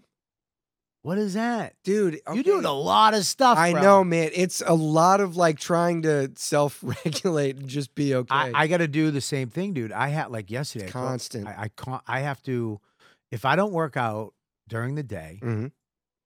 S2: What is that?
S5: dude.
S2: You're doing
S5: okay.
S2: a lot of stuff.
S5: I
S2: bro.
S5: know, man. It's a lot of like trying to self-regulate and just be okay.
S2: I, I got to do the same thing, dude. I had like yesterday. I go-
S5: constant.
S2: I I, can't, I have to, if I don't work out during the day,
S5: Mhm.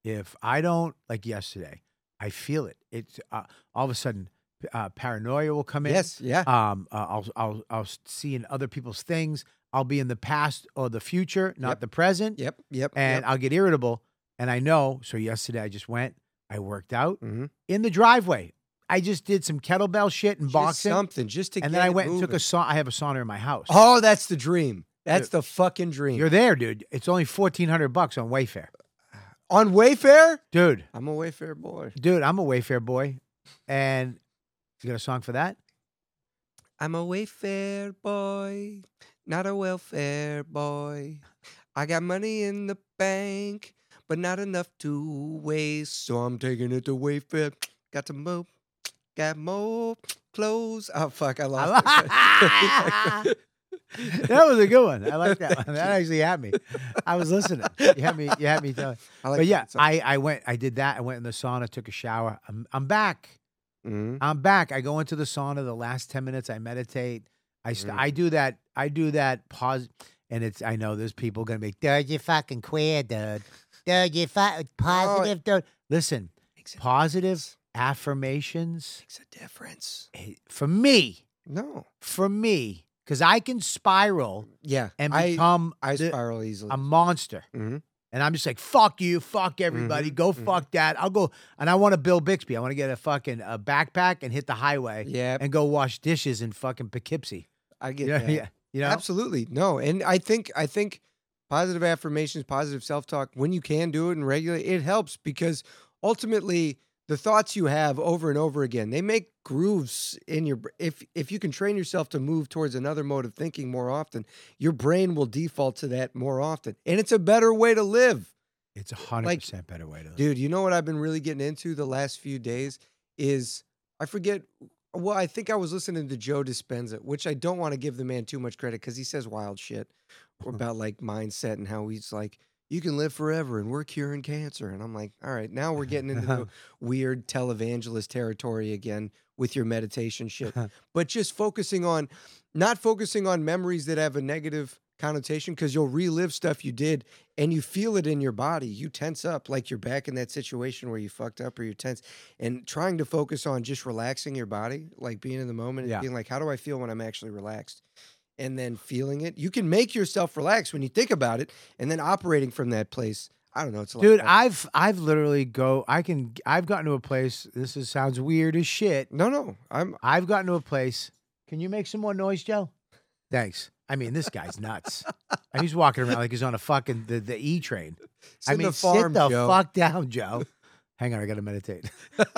S2: if I don't like yesterday, I feel it. It's uh, all of a sudden uh, paranoia will come in.
S5: yes, yeah.
S2: Um, uh, I'll I'll I'll s- see in other people's things. I'll be in the past or the future, not
S5: Yep.
S2: the present.
S5: Yep, yep.
S2: And I'll get irritable. And I know. So yesterday I just went. I worked out
S5: mm-hmm.
S2: in the driveway. I just did some kettlebell shit and boxing.
S5: something just to
S2: and
S5: get
S2: then I
S5: it
S2: went and took a
S5: moving.
S2: sauna. I have a sauna in my house.
S5: Oh, that's the dream. That's the fucking dream.
S2: You're there, dude. It's only fourteen hundred bucks on Wayfair,
S5: on Wayfair.
S2: dude.
S5: I'm a Wayfair boy.
S2: Dude, I'm a Wayfair boy, and you got a song for that?
S5: I'm a Wayfair boy, not a welfare boy. I got money in the bank, but not enough to waste. So I'm taking it to Wayfair. Got to move. Got more clothes. Oh fuck! I lost. it.
S2: That was a good one. I like that one. That actually had me. I was listening. You had me. You had me. Telling.
S5: I like
S2: But yeah,
S5: that song.
S2: I I went. I did that. I went in the sauna, took a shower. I'm I'm back.
S5: Mhm.
S2: I'm back. I go into the sauna. The last ten minutes, I meditate. I st-
S5: Mm.
S2: I do that. I do that. Pause. And it's. I know there's people gonna be. Dude, you fucking queer, dude. Dude, you
S5: Oh,
S2: fu- positive, dude. Listen,
S5: Makes a
S2: positive affirmations
S5: makes a difference.
S2: eh, for me.
S5: No.
S2: For me, because I can spiral
S5: Yeah.
S2: and
S5: I
S2: become
S5: I
S2: the-
S5: spiral easily.
S2: a monster.
S5: Mhm.
S2: And I'm just like, fuck you, fuck everybody, go
S5: mhm.
S2: fuck that. I'll go, and I want a Bill Bixby. I want to get a fucking a backpack and hit the highway
S5: yeah.
S2: and go wash dishes in fucking Poughkeepsie.
S5: I get
S2: You know,
S5: that.
S2: yeah, you know,
S5: Absolutely. No. And I think I think positive affirmations, positive self-talk, when you can do it and regulate, it helps because ultimately the thoughts you have over and over again, they make grooves in your br- if if you can train yourself to move towards another mode of thinking more often, your brain will default to that more often. And it's a better way to live.
S2: it's a hundred
S5: Like,
S2: percent better way to. live.
S5: Dude, you know what I've been really getting into the last few days is I forget. Well, I think I was listening to Joe Dispenza, which I don't want to give the man too much credit because he says wild shit about like mindset and how he's like, you can live forever and we're curing cancer. And I'm like, all right, now we're getting into the weird televangelist territory again with your meditation shit. but just focusing on not focusing on memories that have a negative connotation because you'll relive stuff you did and you feel it in your body. You tense up like you're back in that situation where you fucked up or you're tense. And trying to focus on just relaxing your body, like being in the moment and
S2: Yeah.
S5: being like, how do I feel when I'm actually relaxed? And then feeling it. You can make yourself relax when you think about it and then operating from that place. I don't know. It's a lot
S2: Dude,
S5: better.
S2: I've I've literally go. I can. I've gotten to a place. This is, sounds weird as shit.
S5: No, no. I'm
S2: I've gotten to a place. Can you make some more noise, Joe? Thanks. I mean, this guy's nuts. And he's walking around like he's on a fucking the, the E train.
S5: it's
S2: I
S5: in
S2: mean,
S5: the farm,
S2: sit the
S5: Joe.
S2: fuck down, Joe. Hang on, I gotta meditate.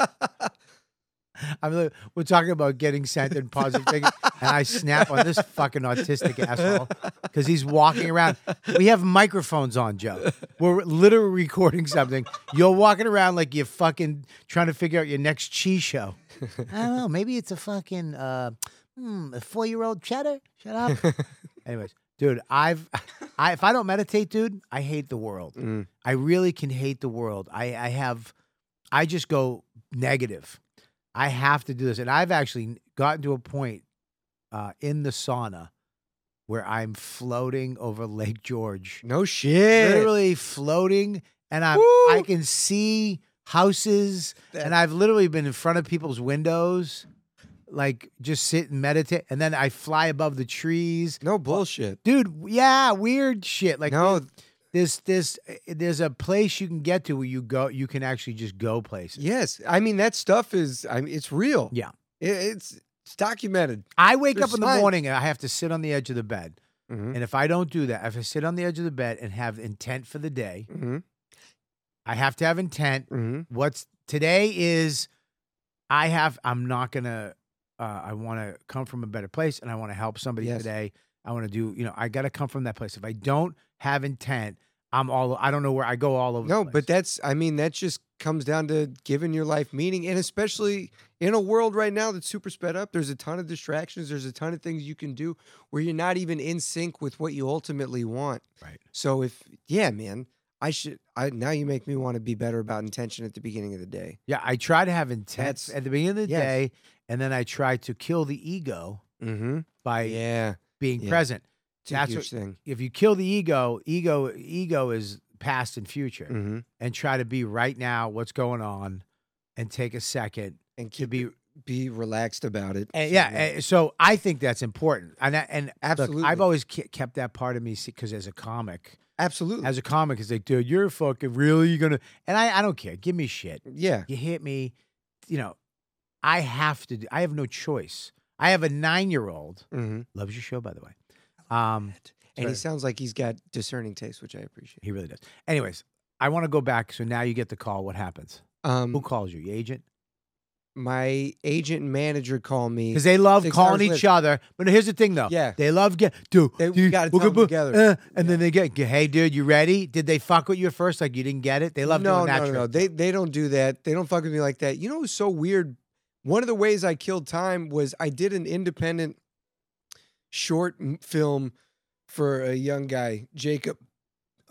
S2: I'm li- we're talking about getting sent and positive thinking, and I snap on this fucking autistic asshole because he's walking around. We have microphones on, Joe. We're literally recording something. You're walking around like you're fucking trying to figure out your next cheese show. I don't know. Maybe it's a fucking uh, hmm, a four year old cheddar. Shut up. Anyways, dude, I've I if I don't meditate, dude, I hate the world.
S5: Mm.
S2: I really can hate the world. I I have I just go negative. I have to do this, and I've actually gotten to a point uh, in the sauna where I'm floating over Lake George,
S5: No shit.
S2: literally floating, and I
S5: Woo!
S2: I can see houses, and I've literally been in front of people's windows, like just sit and meditate, and then I fly above the trees,
S5: No bullshit.
S2: dude. Yeah, weird shit. Like
S5: no,
S2: this this uh, there's a place you can get to where you go you can actually just go places
S5: yes. I mean that stuff is. I mean, it's real.
S2: Yeah.
S5: It, it's it's documented.
S2: i wake up
S5: There's
S2: in the
S5: science.
S2: morning and i have to sit on the edge of the bed
S5: Mhm.
S2: and if i don't do that if i sit on the edge of the bed and have intent for the day
S5: Mm-hmm.
S2: i have to have intent
S5: Mm-hmm.
S2: what's today is i have i'm not gonna uh, i want to come from a better place and i want to help somebody
S5: Yes.
S2: today i want to do you know i gotta come from that place if i don't have intent. I'm all I don't know where I go all over.
S5: No,
S2: the
S5: but
S2: place.
S5: that's I mean that just comes down to giving your life meaning and especially in a world right now that's super sped up, there's a ton of distractions, there's a ton of things you can do where you're not even in sync with what you ultimately want.
S2: Right.
S5: So if yeah, man, I should I now you make me want to be better about intention at the beginning of the day.
S2: yeah, I try to have intent
S5: That's-
S2: at the beginning of the
S5: yes.
S2: day, and then I try to kill the ego
S5: Mhm.
S2: by
S5: Yeah.
S2: being
S5: yeah.
S2: present.
S5: It's a
S2: Mm-hmm. That's
S5: huge thing.
S2: If you kill the ego, ego, ego is past and future,
S5: Mhm.
S2: and try to be right now, what's going on, and take a second
S5: And
S2: to
S5: keep
S2: be.
S5: be relaxed about it.
S2: And Eh,
S5: So,
S2: yeah, and so I think that's important, and I- and
S5: Absolutely.
S2: Look, I've always ke- kept that part of me because as a comic,
S5: absolutely.
S2: as a comic, it's like, dude, you're fucking really you're gonna, and I, I don't care. Give me shit.
S5: yeah.
S2: You hit me, you know. I have to. Do, I have no choice. I have a nine year old
S5: Mhm.
S2: loves your show, by the way. Um,
S5: And
S2: Mm-hmm. Sorry.
S5: he sounds like he's got discerning taste, which I appreciate.
S2: he really does. Anyways, I want to go back. So now you get the call. What happens?
S5: Um,
S2: Who calls you? Your agent?
S5: my agent and manager call me.
S2: Because they love
S5: Six
S2: calling
S5: hours
S2: each other. But here's the thing, though.
S5: Yeah.
S2: they love get dude.
S5: They-
S2: dude,
S5: we gotta
S2: we'll
S5: tell
S2: go-
S5: 'em together.
S2: uh, and then they get, hey, dude, you ready? Did they fuck with you at first? Like you didn't get it? They love
S5: no,
S2: doing that.
S5: no, no,
S2: trick,
S5: no.
S2: though.
S5: They they don't do that. They don't fuck with me like that. You know, what's so weird. One of the ways I killed time was I did an independent short m- film for a young guy, Jacob.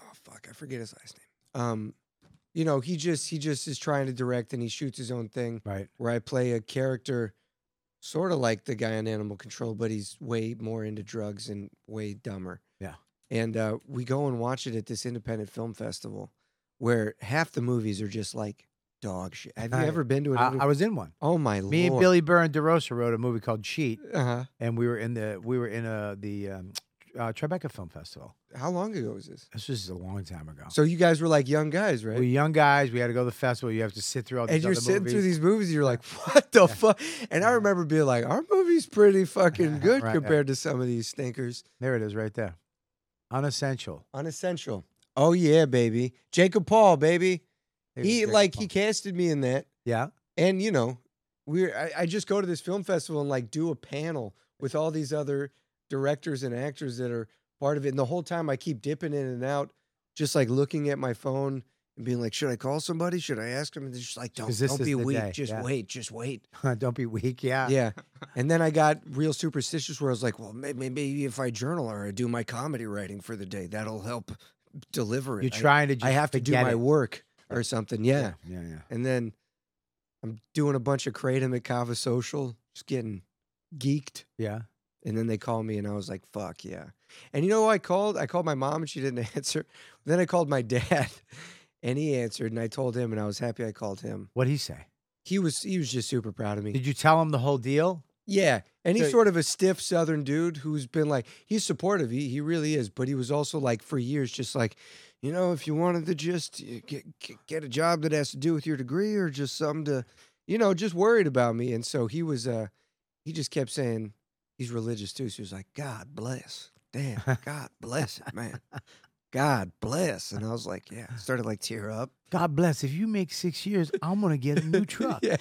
S5: Oh fuck, I forget his last name. Um, you know, he just he just is trying to direct and he shoots his own thing
S2: right.
S5: where I play a character sort of like the guy on Animal Control, but he's way more into drugs and way dumber.
S2: Yeah.
S5: And uh, we go and watch it at this independent film festival where half the movies are just like dog shit. Have you
S2: Right.
S5: ever been to an?
S2: I,
S5: indep-
S2: I was in one.
S5: oh my lord!
S2: Me and Billy Burr and DeRosa wrote a movie called Cheat,
S5: Uh-huh.
S2: and we were in the we were in uh the um, uh, Tribeca Film Festival.
S5: How long ago was this?
S2: This was a long time ago.
S5: So you guys were like young guys, right?
S2: we were young guys. We had to go to the festival. You have to sit through all these
S5: and you're
S2: other
S5: sitting
S2: movies.
S5: through these movies, you're like, "What the fuck?" And I remember being like, "Our movie's pretty fucking good
S2: Right, right.
S5: compared to some of these stinkers."
S2: there it is, right there. Unessential.
S5: Unessential. Oh yeah, baby. Jacob Paul, baby.
S2: There it
S5: He
S2: is,
S5: like
S2: Jacob
S5: he
S2: Paul.
S5: casted me in that.
S2: Yeah.
S5: And you know, we're I, I just go to this film festival and like do a panel with all these other directors and actors that are part of it. And the whole time I keep dipping in and out, just like looking at my phone and being like, should I call somebody? Should I ask them? And they're just like, don't,
S2: 'Cause this
S5: don't
S2: is
S5: be
S2: the
S5: weak.
S2: day,
S5: Just
S2: yeah.
S5: wait. Just wait.
S2: Don't be weak. Yeah.
S5: Yeah. And then I got real superstitious where I was like, well, may- maybe if I journal or I do my comedy writing for the day, that'll help deliver it.
S2: You're
S5: I-
S2: trying to. Just
S5: I have to do
S2: forget
S5: my
S2: it.
S5: work or something. Yeah.
S2: Yeah. Yeah.
S5: And then I'm doing a bunch of kratom at Kava Social, just getting geeked.
S2: Yeah.
S5: And then they call me and I was like, fuck yeah. And you know who I called? I called my mom and she didn't answer. Then I called my dad and he answered and I told him and I was happy I called him.
S2: What would he say?
S5: He was he was just super proud of me.
S2: Did you tell him the whole deal?
S5: Yeah, and he's
S2: So-
S5: sort of a stiff Southern dude who's been like he's supportive. He he really is, but he was also like for years just like, you know, if you wanted to just uh, get get- get a job that has to do with your degree or just something to, you know, just worried about me. And so he was uh he just kept saying he's religious too. So he was like, God bless, damn, God bless it, man, God bless. And I was like, yeah, I started like tear up.
S2: God bless. If you make six years, I'm gonna get a new truck.
S5: Yeah.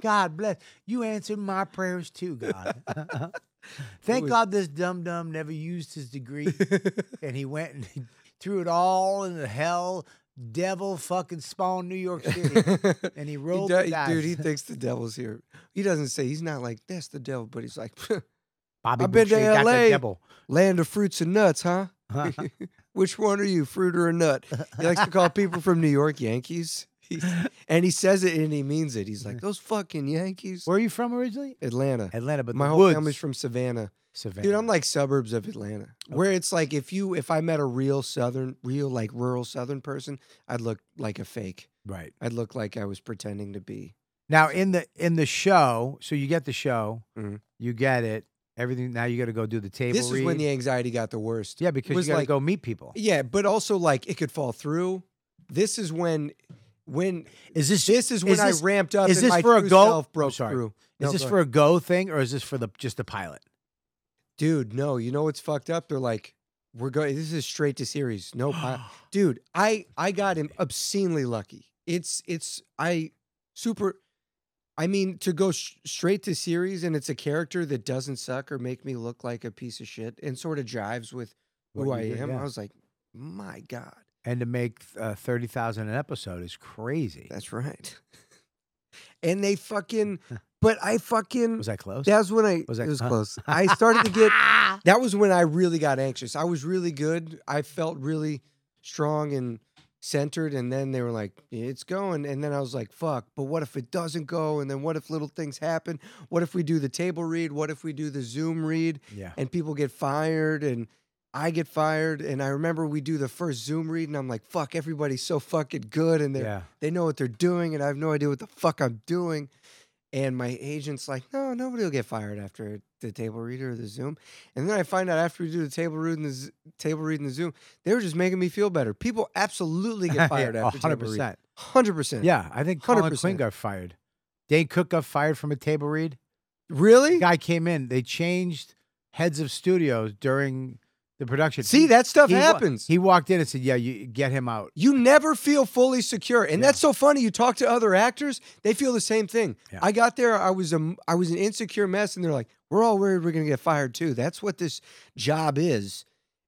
S2: God bless. You answered my prayers too, God. Thank
S5: was-
S2: God this dum dum never used his degree and he went and he threw it all in the hell, devil fucking spawn New York City. and he
S5: He
S2: rolled
S5: do-
S2: the dice.
S5: dude, he thinks the devil's here. He doesn't say he's not like that's the devil, but he's like
S2: Bobby
S5: I've been to
S2: Boucher got the
S5: LA.
S2: devil.
S5: land of fruits and nuts, huh? Which one are you, fruit or a nut? He likes to call people from New York Yankees, He's- and he says it and he means it. He's like those fucking Yankees,
S2: Where are you from originally?
S5: Atlanta.
S2: Atlanta, but
S5: My
S2: the
S5: whole
S2: woods.
S5: family's from Savannah,
S2: Savannah.
S5: dude. I'm like suburbs of Atlanta, where it's like if you if I met a real Southern, real like rural Southern person, I'd look like a fake.
S2: right
S5: I'd look like I was pretending to be.
S2: now in the in the show. So you get the show,
S5: Mhm.
S2: you get it, everything. Now you got to go do the table.
S5: This is when
S2: read.
S5: the anxiety got the worst.
S2: yeah, because
S5: was
S2: you got to
S5: like-
S2: go meet people.
S5: Yeah, but also like it could fall through. This is when when
S2: Is this
S5: this is when
S2: this-
S5: I ramped up
S2: is
S5: and
S2: this
S5: my
S2: for a
S5: true
S2: go-
S5: self broke
S2: I'm sorry.
S5: through.
S2: is
S5: No,
S2: this
S5: go
S2: for
S5: ahead.
S2: a go thing or is this for the just the pilot?
S5: dude? No, you know what's fucked up? They're like, we're going. This is straight to series.
S2: Oh,
S5: No, pi- dude, I I got him obscenely lucky. It's it's I super. I mean, to go sh- straight to series and it's a character that doesn't suck or make me look like a piece of shit and sort of jives with who
S2: What
S5: I
S2: you did,
S5: am.
S2: yeah.
S5: I was like, my God,
S2: and to make uh, thirty thousand an episode is crazy.
S5: that's right. and they fucking, but I fucking,
S2: Was I close?
S5: That's when I
S2: Was
S5: was
S2: that-
S5: it was
S2: huh?
S5: close. I started to get
S3: Ah.
S5: that was when I really got anxious. I was really good. I felt really strong and centered. And then they were like, it's going. And then I was like, fuck, but what if it doesn't go? And then what if little things happen? What if we do the table read? What if we do the Zoom read?
S2: Yeah.
S5: and people get fired and I get fired and I remember we do the first Zoom read and I'm like, fuck, everybody's so fucking good and they
S2: Yeah.
S5: are they know what they're doing and I have no idea what the fuck I'm doing. And my agent's like, no, nobody will get fired after the table read or the Zoom. And then I find out after we do the table read and the Z- table read and the Zoom, they were just making me feel better. People absolutely get fired after
S2: hundred
S5: table read.
S2: percent.
S5: Hundred percent.
S2: Yeah, I think Colin Quinn
S5: 100%.
S2: got fired. Dane Cook got fired from a table read.
S5: Really?
S2: The guy came in. They changed heads of studios during the production.
S5: See, that stuff
S2: he wa-
S5: happens.
S2: He walked in and said, "Yeah, you get him out."
S5: You never feel fully secure, and
S2: Yeah.
S5: that's so funny. You talk to other actors; they feel the same thing.
S2: Yeah.
S5: I got there, I was a, I was an insecure mess, and they're like, "We're all worried we're going to get fired too." That's what this job is.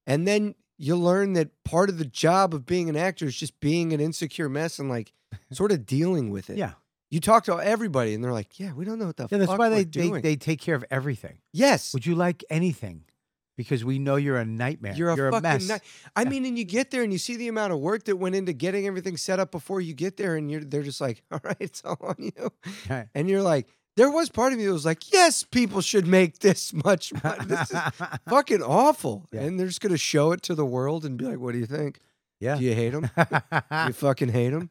S5: And then you learn that part of the job of being an actor is just being an insecure mess and like sort of dealing with it.
S2: Yeah,
S5: You talk to everybody, and they're like, "Yeah, we don't know what the
S2: yeah. That's
S5: fuck
S2: why
S5: we're
S2: they, they
S5: doing."
S2: they take care of everything.
S5: yes,
S2: Would you like anything? Because we know you're a nightmare.
S5: You're a fucking
S2: mess.
S5: nut. I
S2: Yeah.
S5: mean, and you get there and you see the amount of work that went into getting everything set up before you get there, and you're they're just like, all right, it's all on you.
S2: Right.
S5: And you're like, there was part of me that was like, yes, people should make this much money. This is fucking awful.
S2: Yeah.
S5: And they're just gonna show it to the world and be like, what do you think?
S2: yeah.
S5: Do you hate them? you fucking hate them?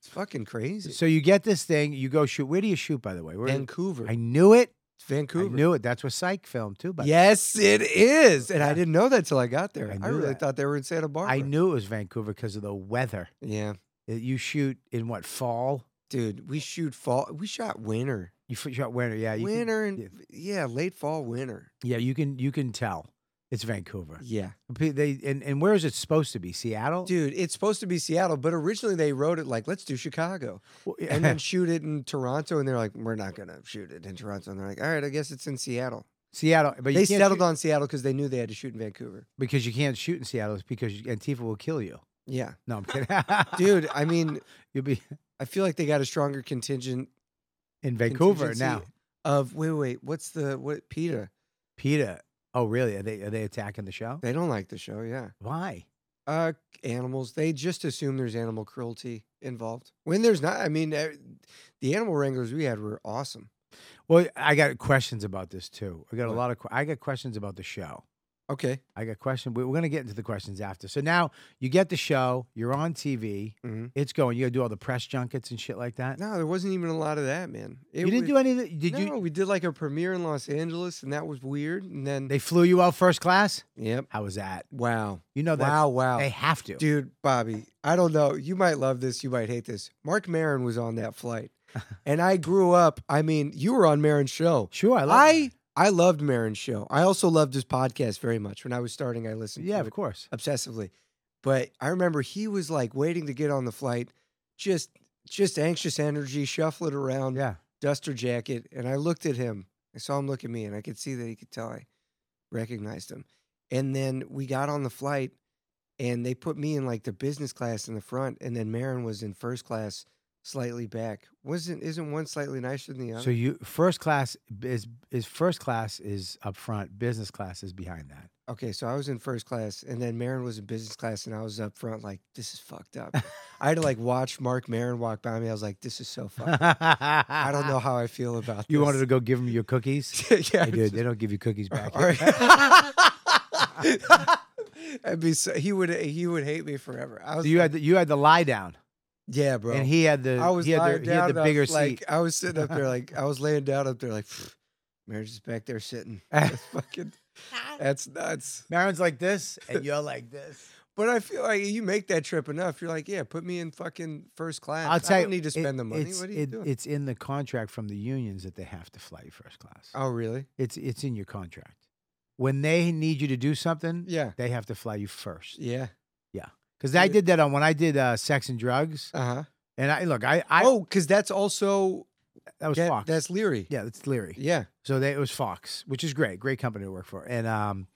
S5: It's fucking crazy.
S2: so you get this thing. You go shoot. Where do you shoot? By the way, Where-
S5: Vancouver.
S2: I knew it.
S5: Vancouver.
S2: I knew it. That's what Psych filmed too. But
S5: Yes, it is. And I didn't know that till I got there.
S2: I
S5: I,
S2: knew
S5: really
S2: that.
S5: thought they were in Santa Barbara.
S2: I knew it was Vancouver because of the weather.
S5: Yeah.
S2: It- You shoot in what fall?
S5: Dude, we shoot fall. We shot winter.
S2: You f- shot winter. Yeah, you can-
S5: winter and
S2: yeah.
S5: yeah. late fall winter.
S2: yeah, you can you can tell it's Vancouver.
S5: Yeah,
S2: P- They and, and where is it supposed to be? Seattle.
S5: dude, it's supposed to be Seattle, but originally they wrote it like let's do Chicago
S2: Well,
S5: and then shoot it in Toronto, and they're like we're not gonna shoot it in Toronto, and they're like all right, I guess it's in Seattle.
S2: Seattle. But you
S5: They
S2: can't
S5: settled
S2: shoot-
S5: on Seattle because they knew they had to shoot in Vancouver.
S2: because you can't shoot in Seattle it's because you- Antifa will kill you.
S5: Yeah,
S2: No, I'm kidding.
S5: dude, I mean,
S2: you'll be
S5: I feel like they got a stronger contingent
S2: in Vancouver
S5: contingency
S2: now.
S5: of wait, wait, what's the what Peter?
S2: Peter. Oh, really? Are they are they attacking the show?
S5: They don't like the show, yeah.
S2: Why?
S5: Uh, animals. They just assume there's animal cruelty involved. When there's not, I mean, uh, the animal wranglers we had were awesome.
S2: Well, I got questions about this too. I got a
S5: What?
S2: lot of. que- I got questions about the show.
S5: Okay.
S2: I got questions. We're going to get into the questions after. So now you get the show. You're on TV.
S5: Mhm.
S2: It's going. You got to do all the press junkets and shit like that.
S5: No, there wasn't even a lot of that, man. It
S2: you didn't do any. of the- Did
S5: no,
S2: you?
S5: we did like a premiere in Los Angeles, and that was weird. And then,
S2: They flew you out first class.
S5: yep.
S2: How was that?
S5: Wow.
S2: You know that
S5: Wow. Wow.
S2: Oh, they have to.
S5: Dude, Bobby, I don't know. You might love this. You might hate this. Mark Marin was on that flight, and I grew up. I mean, you were on Marin's show.
S2: Sure, I. Love
S5: I I loved Marin's show. I also loved his podcast very much. When I was starting, I
S2: that.
S5: listened.
S2: Yeah,
S5: to
S2: of
S5: it.
S2: course.
S5: obsessively. But I remember he was like waiting to get on the flight, just just anxious energy, shuffling around,
S2: Yeah.
S5: duster jacket. And I looked at him. I saw him look at me, and I could see that he could tell I recognized him. And then we got on the flight, and they put me in like the business class in the front, and then Marin was in first class, slightly back. Wasn't isn't one slightly nicer than the other?
S2: So you first class is is first class is up front. Business class is behind that.
S5: Okay, so I was in first class, and then Marin was in business class, and I was up front, like, this is fucked up. I had to like watch Mark Marin walk by me. I was like, this is so fucked. up. I
S2: I
S5: don't know how I feel about
S2: You
S5: this.
S2: wanted to go give them your cookies.
S5: yeah,
S2: They do. They don't give you cookies back.
S5: All right. I'd be so, he would he would hate me forever. I was
S2: So you
S5: like,
S2: had the, you had the lie down,
S5: yeah, bro.
S2: and he had the
S5: I was
S2: he had the,
S5: lying
S2: he had
S5: down.
S2: the
S5: and I
S2: bigger
S5: was, like,
S2: seat.
S5: I was sitting up there like I was laying down up there like, marriage is back there sitting. That's fucking. That's nuts.
S2: Marin's like this, and you're like this.
S5: But I feel like you make that trip enough. You're like, yeah, put me in fucking first class.
S2: I'll tell
S5: I
S2: you,
S5: don't need to
S2: it-
S5: spend the money.
S2: It's,
S5: What are you
S2: it-
S5: doing?
S2: it's in the contract from the unions that they have to fly you first class.
S5: oh, really?
S2: It's it's in your contract. When they need you to do something,
S5: Yeah.
S2: they have to fly you first.
S5: Yeah.
S2: Because I
S5: Yeah.
S2: did that on when I did uh, Sex and Drugs,
S5: Uh huh.
S2: and I look, I, I
S5: Oh, because that's also
S2: that was
S5: that-
S2: Fox.
S5: that's Leary.
S2: yeah, that's Leary.
S5: Yeah.
S2: So they, it was Fox, which is great, great company to work for. And um,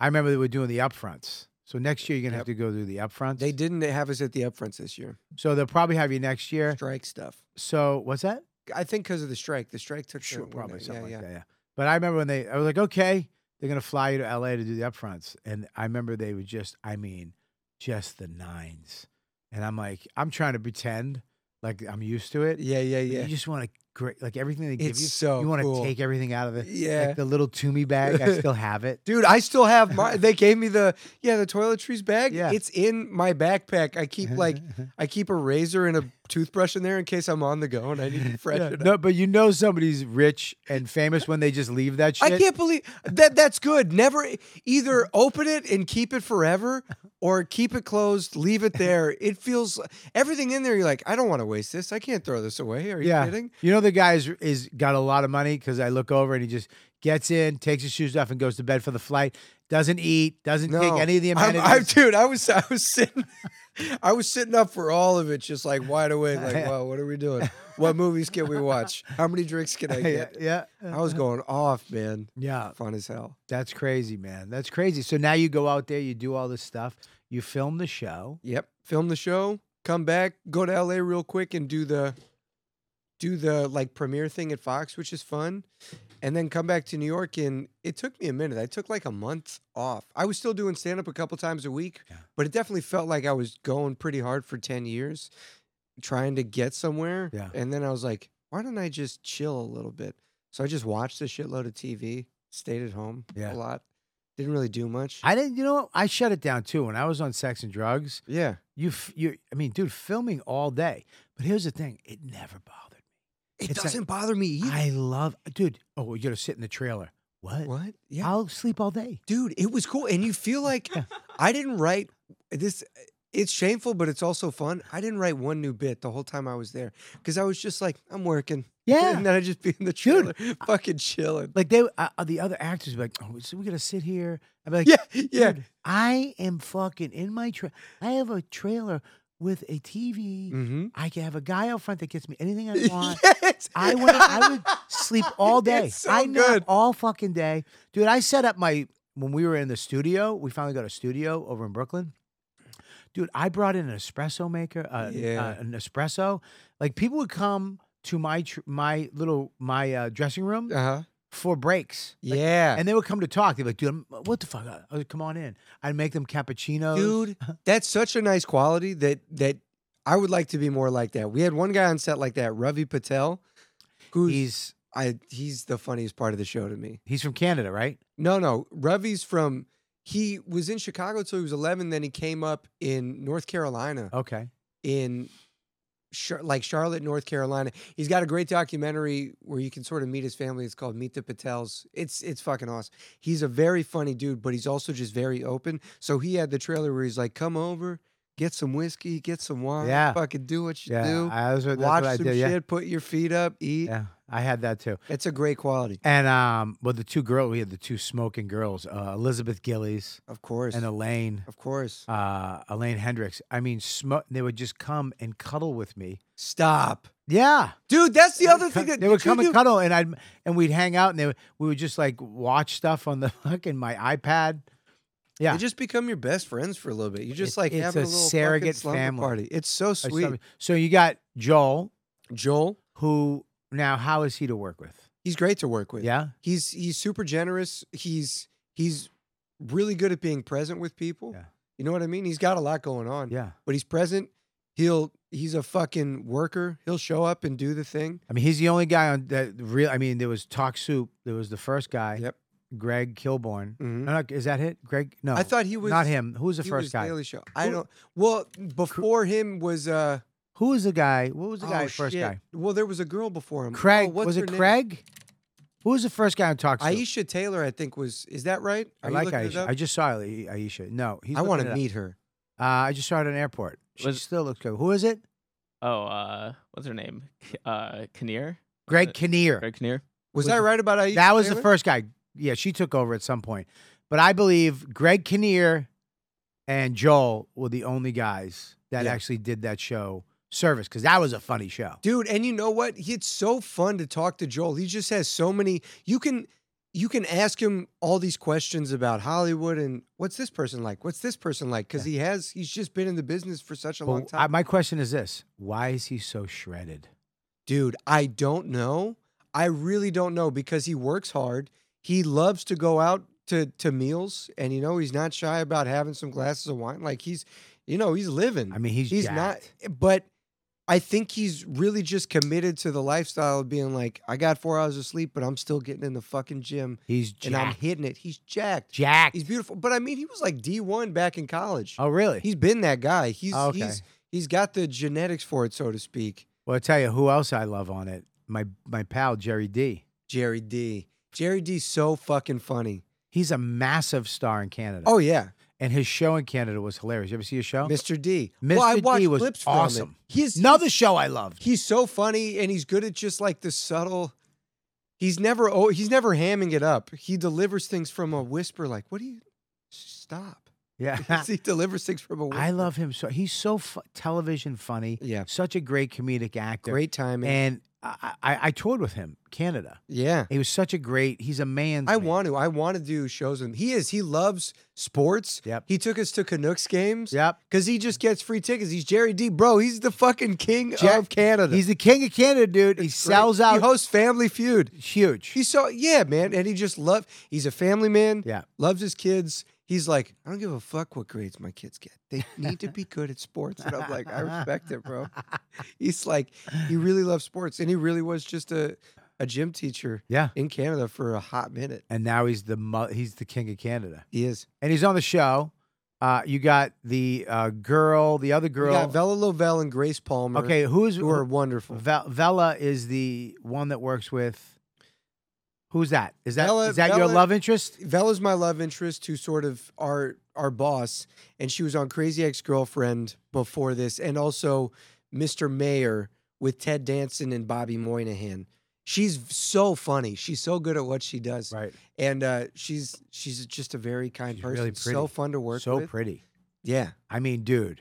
S2: I remember they were doing the upfronts. So next year you're gonna have to go through the upfronts.
S5: They didn't have us at the upfronts this year.
S2: So they'll probably have you next year.
S5: Strike stuff.
S2: So what's that?
S5: I think because of the strike. The strike took
S2: Sure,
S5: the,
S2: probably
S5: yeah,
S2: something
S5: yeah.
S2: like that. Yeah. But I remember when they, I was like, okay, they're gonna fly you to LA to do the upfronts, and I remember they were just, I mean, just the nines, and I'm like, I'm trying to pretend like I'm used to it.
S5: Yeah, yeah,
S2: but
S5: yeah.
S2: You just want to great, like everything they give
S5: It's
S2: you.
S5: so
S2: you want to
S5: cool.
S2: take everything out of it.
S5: Yeah.
S2: Like the little Toomey bag, I still have it.
S5: Dude, I still have my. They gave me the yeah the toiletries bag.
S2: Yeah.
S5: it's in my backpack. I keep like I keep a razor and a toothbrush in there in case I'm on the go and I need to freshen
S2: Yeah,
S5: up.
S2: no, but you know somebody's rich and famous when they just leave that shit.
S5: I can't believe that. That's good. Never either open it and keep it forever, or keep it closed, leave it there. It feels everything in there. You're like, I don't want to waste this. I can't throw this away. Are you
S2: yeah.
S5: kidding?
S2: You know the guy is, is got a lot of money because I look over and he just gets in, takes his shoes off, and goes to bed for the flight. Doesn't eat, doesn't take any of the
S5: I'm-
S2: amenities.
S5: I'm- dude, I was I was sitting, I was sitting up for all of it, just like wide awake, like, wow, what are we doing? What movies can we watch? How many drinks can I
S2: yeah,
S5: get?
S2: yeah,
S5: uh,
S2: uh-huh.
S5: I was going off, man.
S2: yeah.
S5: Fun as hell.
S2: That's crazy, man. That's crazy. So now you go out there, you do all this stuff, you film the show.
S5: Yep. Film the show, come back, go to LA real quick and do the do the like premiere thing at Fox, which is fun. And then come back to New York and it took me a minute. I took like a month off. I was still doing stand up a couple times a week,
S2: Yeah.
S5: but it definitely felt like I was going pretty hard for 10 years trying to get somewhere.
S2: Yeah.
S5: And then I was like, why don't I just chill a little bit? So I just watched a shitload of TV, stayed at home
S2: Yeah.
S5: a lot. Didn't really do much.
S2: I didn't, you know, I shut it down too when I was on Sex and Drugs.
S5: yeah.
S2: You, f- you, I mean, dude, filming all day. But here's the thing: it never bothered
S5: It
S2: It's like-
S5: doesn't bother me
S2: me.
S5: either.
S2: I love, dude. Oh, you gotta sit in the trailer. What?
S5: what? Yeah.
S2: I'll sleep all day.
S5: dude it was cool and you feel like
S2: Yeah.
S5: i didn't write this it's shameful but it's also fun i didn't write one new bit the whole time i was there because i was just like i'm working
S2: Yeah.
S5: and then i just be in the trailer
S2: Dude,
S5: fucking chilling
S2: Like they, uh, uh, the other actors, would be like, oh, so we gotta sit here. I'd be like,
S5: yeah yeah
S2: "Dude, I am fucking in my tra- I have a trailer with a TV.
S5: mm-hmm.
S2: I can have a guy out front that gets me anything I want.
S5: yes.
S2: I would I would sleep all day.
S5: It's so
S2: I nap
S5: good.
S2: all fucking day. Dude, I set up my when we were in the studio, we finally got a studio over in Brooklyn. Dude, I brought in an espresso maker, uh, uh,
S5: Yeah.
S2: an espresso. Like people would come to my tr- my little my uh, dressing room
S5: uh-huh
S2: for breaks. Like,
S5: yeah
S2: And they would come to talk. They'd be like, dude, I'm- what the fuck? I would come on in. I'd make them cappuccinos.
S5: dude that's such a nice quality that that i would like to be more like that we had one guy on set like that ravi patel who's
S2: He's
S5: i he's the funniest part of the show to me
S2: he's from Canada, right?
S5: No, no. Ravi's from he was in Chicago till he was 11. Then he came up in North Carolina
S2: Okay.
S5: in Char- like Charlotte, North Carolina. He's got a great documentary where you can sort of meet his family. It's called Meet the Patels. It's it's fucking awesome. He's a very funny dude, but he's also just very open. So he had the trailer where he's like, "Come over, get some whiskey, get some wine,
S2: Yeah.
S5: fucking do what you
S2: Yeah.
S5: do."
S2: I, that's what, that's
S5: Watch
S2: what I
S5: some
S2: did.
S5: shit,
S2: Yeah.
S5: put your feet up, eat.
S2: Yeah. I had that too.
S5: It's a great quality,
S2: And um, well, the two girls we had the two smoking girls, uh, Elizabeth Gillies
S5: of course,
S2: and Elaine,
S5: of course.
S2: uh, Elaine Hendricks. I mean, smoke. They would just come and cuddle with me.
S5: Stop.
S2: Yeah,
S5: Dude, that's the other thing that
S2: they would
S5: did you
S2: come and
S5: do-
S2: cuddle, and I'd and we'd hang out, and they would, we would just like watch stuff on the fucking my iPad. Yeah.
S5: They just become your best friends for a little bit. You just like
S2: it's
S5: having
S2: a
S5: a, little
S2: surrogate
S5: fucking slumber
S2: family.
S5: party. It's so
S2: or
S5: sweet.
S2: something. So you got Joel,
S5: Joel,
S2: who now how is he to work with?
S5: he's great to work with.
S2: Yeah,
S5: he's he's super generous. He's he's really good at being present with people.
S2: Yeah.
S5: You know what I mean? He's got a lot going on,
S2: yeah.
S5: but he's present. He'll he's a fucking worker. He'll show up and do the thing.
S2: I mean, he's the only guy on that real. I mean, there was Talk Soup. There was the first guy.
S5: Yep.
S2: Greg Kilborn.
S5: Mhm.
S2: No, no, is that it? Greg? Mm-hmm. No.
S5: I thought he was
S2: not him. Who was the
S5: he
S2: first
S5: was
S2: guy?
S5: Daily Show. I
S2: Who-
S5: don't. Well, before him was uh.
S2: Who was the guy? What was the
S5: oh,
S2: guy? First
S5: shit.
S2: guy.
S5: Well, there was a girl before him. Oh,
S2: Craig.
S5: what's
S2: was
S5: her
S2: it
S5: name?
S2: Craig? Who was the first guy on Talk Soup?
S5: Aisha Taylor, I think was is that right?
S2: I
S5: Are you
S2: like
S5: looking it
S2: Aisha.
S5: up?
S2: I just saw Ali- Aisha. No, he's
S5: I want
S2: looking
S5: to
S2: it up.
S5: meet her.
S2: Uh, I just saw her at an airport. She
S4: Was-
S2: still looks good. Who is it?
S4: Oh, uh, what's her name? K- Uh, Kinnear.
S5: Uh,
S2: Greg Kinnear.
S4: Greg Kinnear.
S5: Was,
S2: Was
S5: I
S2: the-
S5: right about Aisha?
S2: That was the
S5: Taylor?
S2: first guy. Yeah, she took over at some point. But I believe Greg Kinnear and Joel were the only guys that
S5: Yeah.
S2: actually did that show service because that was a funny show.
S5: dude. And you know what? It's so fun to talk to Joel. He just has so many. You can you can ask him all these questions about Hollywood and what's this person like? What's this person like? Because he has he's just been in the business for such a long
S2: But I,
S5: time.
S2: my question is this: Why is he so shredded?
S5: Dude, I don't know. I really don't know because he works hard. He loves to go out to to meals and you know he's not shy about having some glasses of wine. Like he's you know, he's living.
S2: I mean, he's
S5: he's
S2: jacked.
S5: not but I think he's really just committed to the lifestyle of being like, I got four hours of sleep, but I'm still getting in the fucking gym
S2: He's jacked.
S5: and I'm hitting it. He's jacked.
S2: jacked.
S5: He's beautiful. But I mean, he was like D one back in college.
S2: oh, really?
S5: He's been that guy. He's
S2: Oh, okay.
S5: he's he's got the genetics for it, so to speak.
S2: well, I tell you who else I love on it. My my pal Jerry D.
S5: Jerry D. Jerry D's so fucking funny.
S2: He's a massive star in Canada.
S5: Oh yeah,
S2: and his show in Canada was hilarious. You ever see his show?
S5: Mr. D. Well, I
S2: Mr. D
S5: watched
S2: was
S5: clips from it.
S2: awesome.
S5: He's
S2: Another show I loved.
S5: he's so funny, and he's good at just like the subtle. He's never oh he's never hamming it up. He delivers things from a whisper. Like, what do you stop?
S2: Yeah.
S5: he delivers things from a whisper.
S2: I love him so. He's so fu- television funny.
S5: Yeah.
S2: Such a great comedic actor.
S5: great timing.
S2: And I, I, I toured with him, Canada.
S5: yeah.
S2: He was such a great. He's a man's
S5: I
S2: man.
S5: want to. I want to do shows with him. He is. He loves sports.
S2: Yep.
S5: He took us to Canucks games.
S2: Yep.
S5: Because he just gets free tickets. He's Jerry D. Bro, he's the fucking king
S2: Jack-
S5: of Canada.
S2: He's the king of Canada, dude. he
S5: Great.
S2: sells
S5: He
S2: out.
S5: hosts Family Feud.
S2: huge.
S5: He's so yeah, man. And he just love. He's a family man.
S2: Yeah.
S5: Loves his kids. He's like, I don't give a fuck what grades my kids get. They need to be good at sports. And I'm like, I respect it, bro. He's like, he really loves sports, and he really was just a a gym teacher
S2: yeah.
S5: in Canada for a hot minute.
S2: And now he's the mo- he's the king of Canada,
S5: He is.
S2: and he's on the show. Uh, you got the uh, girl, the other
S5: We
S2: girl.
S5: got Vella Lovell and Grace Palmer.
S2: okay, who is
S5: who are wonderful.
S2: Ve- Vela is the one that works with. Who's that? Is that is
S5: Vela-
S2: that your
S5: Vela-
S2: love interest?
S5: Vella's my love interest, who sort of our our boss, and she was on Crazy Ex Girlfriend before this, and also Mr. Mayor with Ted Danson and Bobby Moynihan. She's so funny. She's so good at what she does,
S2: Right.
S5: and uh, she's she's just a very kind
S2: She's
S5: person.
S2: really
S5: So
S2: pretty.
S5: fun to work
S2: so
S5: with.
S2: pretty.
S5: Yeah.
S2: I mean, dude,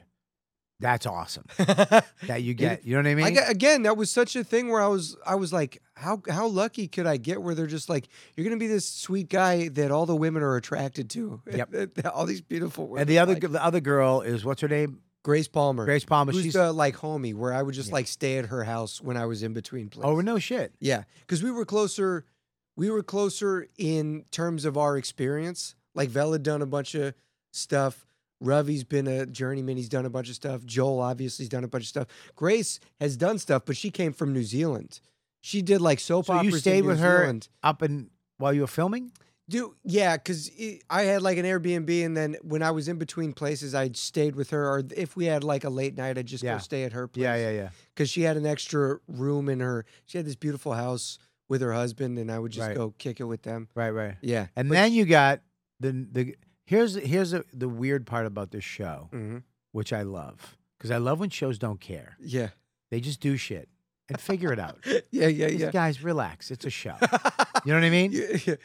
S2: that's awesome that you get. You know what I mean?
S5: I got, again, that was such a thing where I was, I was like, how how lucky could I get where they're just like, you're gonna be this sweet guy that all the women are attracted to.
S2: Yep.
S5: all these beautiful women.
S2: and the other
S5: like-
S2: g the other girl is what's her name?
S5: Grace Palmer,
S2: Grace Palmer.
S5: who's
S2: She's
S5: the like homie where I would just
S2: Yeah.
S5: like stay at her house when I was in between places.
S2: oh no shit.
S5: yeah, because we were closer. We were closer in terms of our experience. Like Vel had done a bunch of stuff. Ravi's been a journeyman. He's done a bunch of stuff. Joel obviously has done a bunch of stuff. Grace has done stuff, but she came from New Zealand. She did like soap
S2: So
S5: operas.
S2: you stayed
S5: in New
S2: with her
S5: Zealand.
S2: up and while you were filming?
S5: Do yeah, because I had like an Airbnb, and then when I was in between places, I stayed with her. Or if we had like a late night, I'd just
S2: Yeah.
S5: go stay at her place.
S2: Yeah, yeah, yeah.
S5: Because she had an extra room in her. She had this beautiful house with her husband, and I would just
S2: Right.
S5: go kick it with them.
S2: Right, right.
S5: Yeah.
S2: And then you got the the here's here's the, the weird part about this show,
S5: Mm-hmm.
S2: which I love because I love when shows don't care.
S5: Yeah.
S2: They just do shit and figure it out.
S5: Yeah. Yeah.
S2: These
S5: Yeah.
S2: guys relax. It's a show. You know what I mean?
S5: yeah, yeah.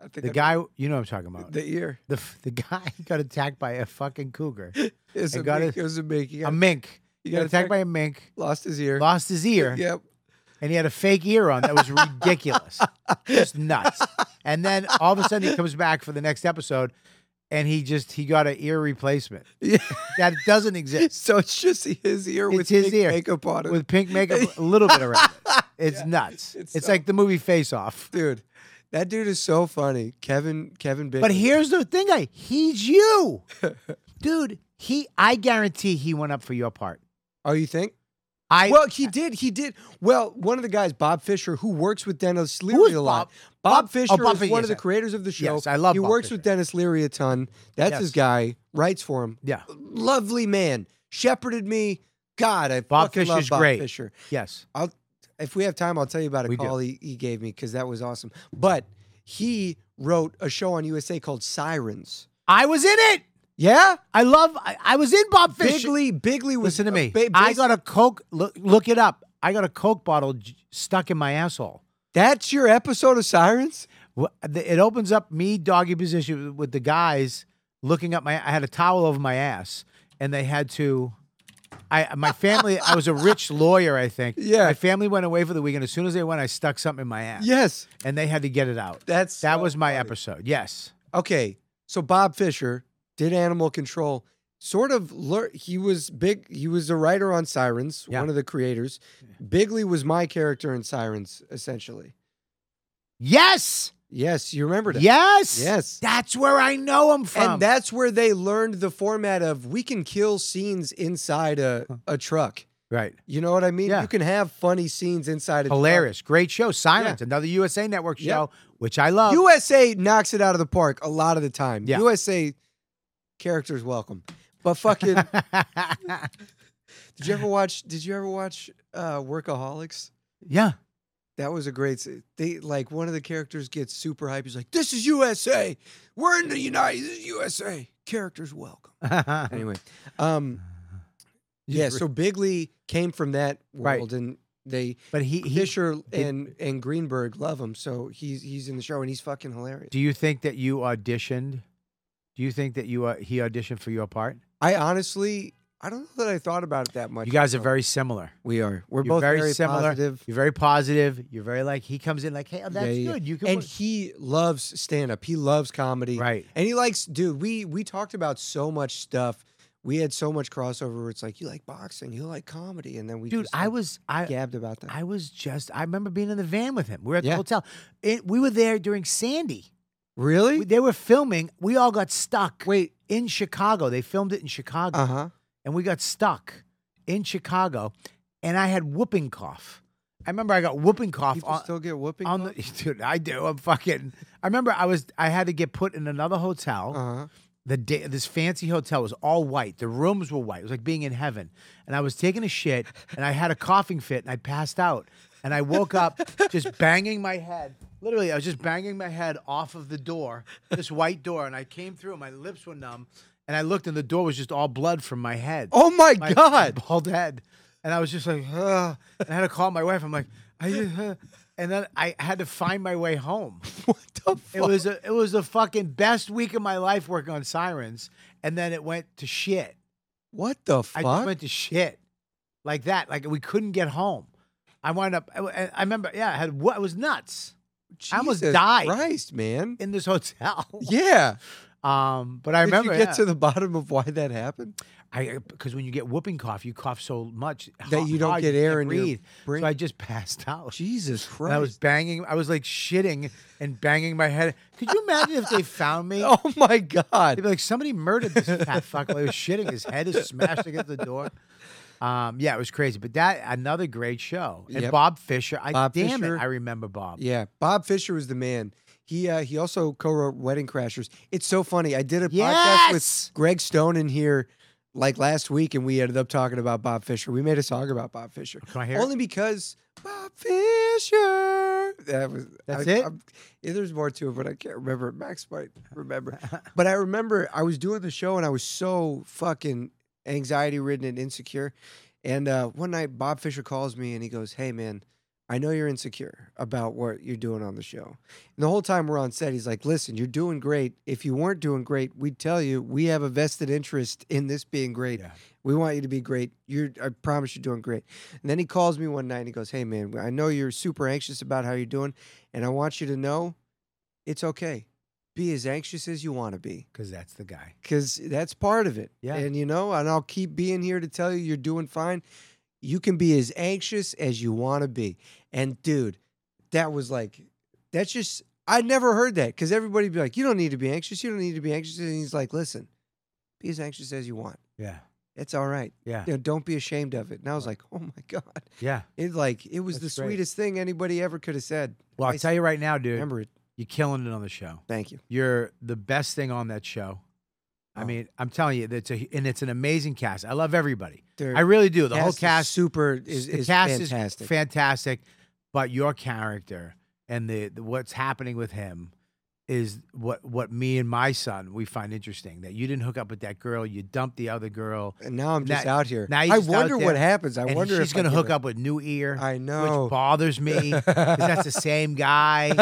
S5: I think
S2: the guy,
S5: I-
S2: you know what I'm talking about. The,
S5: The ear.
S2: the, guy got attacked by a fucking cougar,
S5: It was,
S2: I
S5: a
S2: got
S5: mink,
S2: it.
S5: it was a mink. He
S2: a
S5: got,
S2: mink.
S5: he
S2: Got attacked by a mink.
S5: Lost his ear.
S2: Lost his ear,
S5: Yep.
S2: and he had a fake ear on. That was ridiculous, just nuts. And then all of a sudden, he comes back for the next episode, and he just he got an ear replacement
S5: Yeah.
S2: that doesn't exist.
S5: so it's just his ear
S2: It's
S5: with
S2: his
S5: pink
S2: ear.
S5: makeup on it.
S2: with pink makeup a little bit around it. It's nuts. It's,
S5: it's
S2: like the movie Face Off.
S5: dude. That dude is so funny, Kevin. Kevin Bacon.
S2: But here's the thing, I he's you. Dude, he I guarantee he went up for your part.
S5: oh, you think?
S2: I
S5: well, he did. He did. Well, one of the guys, Bob Fisher, who works with Dennis Leary
S2: is
S5: a lot.
S2: Bob-
S5: Bob,
S2: Bob-
S5: Fisher
S2: oh, Bob
S5: is
S2: Fisher,
S5: one
S2: yes,
S5: of
S2: I-
S5: the creators of the show.
S2: yes, I love
S5: He
S2: Bob
S5: works
S2: Fisher.
S5: with Dennis Leary a ton. That's
S2: Yes.
S5: his guy. Writes for him.
S2: Yeah.
S5: Lovely man. Shepherded me. God, I
S2: Bob
S5: fucking
S2: Fisher's
S5: love Bob
S2: great.
S5: Fisher.
S2: Yes.
S5: if we have time, I'll tell you about a
S2: We do.
S5: call he, he gave me because that was awesome. But he wrote a show on USA called Sirens.
S2: I was in it.
S5: Yeah,
S2: I love I, I was in Bob Fisher.
S5: Bigley. Bigley was
S2: Listen to
S5: a
S2: me.
S5: Uh, ba-
S2: I
S5: bas-
S2: got a Coke look, look it up. I got a Coke bottle j- stuck in my asshole.
S5: That's your episode of Sirens.
S2: Wh- the- It opens up me doggy position with the guys looking up my. I had a towel over my ass, and they had to I my family. I was a rich lawyer, I think.
S5: Yeah.
S2: My family went away for the weekend. As soon as they went, I stuck something in my ass.
S5: Yes,
S2: And they had to get it out.
S5: that's
S2: That
S5: so
S2: was my
S5: funny.
S2: episode. Yes.
S5: Okay, so Bob Fisher did Animal Control. Sort of, lear- he was big. He was a writer on Sirens,
S2: Yeah.
S5: one of the creators. Bigley was my character in Sirens, essentially.
S2: Yes.
S5: Yes, you remember that.
S2: Yes.
S5: Yes.
S2: That's where I know him from.
S5: And that's where they learned the format of we can kill scenes inside a, a truck.
S2: right.
S5: You know what I mean?
S2: Yeah.
S5: You can have funny scenes inside a truck.
S2: Hilarious. Great show. Silence, another USA Network
S5: Yeah.
S2: show, which I love.
S5: USA knocks it out of the park a lot of the time.
S2: Yeah.
S5: USA characters welcome. But fucking did you ever watch did you ever watch uh Workaholics?
S2: yeah.
S5: That was a great s- they like one of the characters gets super hype. He's like, This is USA. We're in the United this is USA. Characters welcome. Anyway. Um yeah, so Bigley came from that
S2: Right.
S5: world and they
S2: but he, he
S5: Fisher and and Greenberg love him, so he's he's in the show and he's fucking hilarious.
S2: do you think that you auditioned? Do you think that you uh, he auditioned for your part?
S5: I honestly, I don't know that I thought about it that much.
S2: You guys are
S5: myself.
S2: very similar.
S5: We are. We're
S2: You're
S5: both
S2: very
S5: very,
S2: similar.
S5: positive.
S2: You're very positive. You're very like he comes in like, hey, oh, that's
S5: Yeah, yeah, yeah.
S2: good. You can
S5: And
S2: work."
S5: he loves stand up. He loves comedy.
S2: right.
S5: And he likes, dude. We we talked about so much stuff. We had so much crossover. Where it's like you like boxing, you like comedy, and then we
S2: Dude,
S5: just,
S2: I
S5: like,
S2: was I
S5: gabbed about that.
S2: I was just I remember being in the van with him. We were at the
S5: Yeah.
S2: hotel. It, we were there during Sandy.
S5: really?
S2: We- They were filming. We all got stuck.
S5: Wait.
S2: in Chicago. They filmed it in Chicago.
S5: Uh huh.
S2: and we got stuck in Chicago, and I had whooping cough. I remember I got whooping cough
S5: People
S2: on,
S5: still get whooping.
S2: on the dude. I do. I'm fucking. I remember I was. I had to get put in another hotel.
S5: Uh huh.
S2: The day this fancy hotel was all white. The rooms were white. It was like being in heaven. And I was taking a shit, and I had a coughing fit, and I passed out. And I woke up just banging my head. Literally, I was just banging my head off of the door, this white door, and I came through. and My lips were numb, and I looked, and the door was just all blood from my head
S5: Oh my,
S2: my
S5: god.
S2: bald head. And I was just like, Ugh. And I had to call my wife. I'm like, I just, uh," and then I had to find my way home.
S5: What the
S2: It
S5: fuck?
S2: was a, it was the fucking best week of my life working on sirens, and then it went to shit.
S5: What the
S2: I
S5: fuck?
S2: just went to shit like that. Like we couldn't get home. I wound up. I, I remember. Yeah, I had. What it was nuts I almost
S5: Jesus
S2: died.
S5: Christ, man.
S2: in this hotel.
S5: Yeah.
S2: Um, but I
S5: Did
S2: remember.
S5: you get
S2: yeah.
S5: to the bottom of why that happened?
S2: I because when you get whooping cough, you cough so much
S5: That you don't
S2: hard,
S5: get air
S2: can't
S5: in your
S2: breathe.
S5: brain.
S2: So I just passed out.
S5: Jesus
S2: And
S5: Christ.
S2: I was banging. I was like shitting and banging my head. Could you imagine if they found me?
S5: Oh my
S2: They'd
S5: god.
S2: be like, somebody murdered this fat fuck while he was shitting. His head is smashed against the door. Um, yeah, it was crazy. But that another great show. And
S5: Yep.
S2: Bob Fisher. I
S5: Bob
S2: damn
S5: Fisher.
S2: it, I remember Bob.
S5: Yeah, Bob Fisher was the man. He uh, he also co-wrote Wedding Crashers. It's so funny. I did a podcast
S2: Yes!
S5: with Greg Stone in here like last week, and we ended up talking about Bob Fisher. We made a song about Bob Fisher
S2: Can I hear?
S5: only because Bob Fisher. That was
S2: That's
S5: I,
S2: it?
S5: I'm- yeah, there's more to it, but I can't remember. Max might remember.
S2: it?
S5: But I remember I was doing the show and I was so fucking anxiety ridden and insecure. And uh, one night, Bob Fisher calls me and he goes, Hey, man, I know you're insecure about what you're doing on the show. And the whole time we're on set, he's like, Listen, you're doing great. If you weren't doing great, we'd tell you we have a vested interest in this being great.
S2: Yeah.
S5: We want you to be great. You're, I promise you're doing great. And then he calls me one night and he goes, Hey, man, I know you're super anxious about how you're doing. And I want you to know it's okay. Be as anxious as you want to be
S2: Because that's the guy.
S5: because that's part of it.
S2: Yeah.
S5: And you know, and I'll keep being here to tell you you're doing fine. You can be as anxious as you want to be. And dude, that was like, that's just, I never heard that because everybody'd be like, you don't need to be anxious. You don't need to be anxious. And he's like, listen, be as anxious as you want.
S2: Yeah.
S5: It's all right.
S2: Yeah.
S5: You know, don't be ashamed of it. And I was like, oh my God.
S2: Yeah.
S5: It like, it was
S2: That's
S5: the
S2: great.
S5: sweetest thing anybody ever could have said.
S2: Well, I'll
S5: Nice.
S2: tell you right now, dude,
S5: Remember it.
S2: you're killing it on the show.
S5: Thank you.
S2: You're the best thing on that show. I
S5: Oh.
S2: mean, I'm telling you, that's a, and it's an amazing cast. I love everybody.
S5: They're-
S2: I really do. The whole
S5: is
S2: cast
S5: super is,
S2: the
S5: is
S2: cast
S5: fantastic.
S2: is fantastic, but your character and the, the- what's happening with him is what what me and my son we find interesting. That you didn't hook up with that girl, you dumped the other girl.
S5: And now I'm
S2: Now-
S5: just out here.
S2: now you're
S5: I
S2: just out
S5: wonder what
S2: there,
S5: happens. I
S2: and
S5: wonder
S2: she's
S5: if
S2: gonna
S5: I
S2: hook
S5: give
S2: up with New Ear,
S5: a- I
S2: which
S5: know.
S2: bothers me because that's the same guy.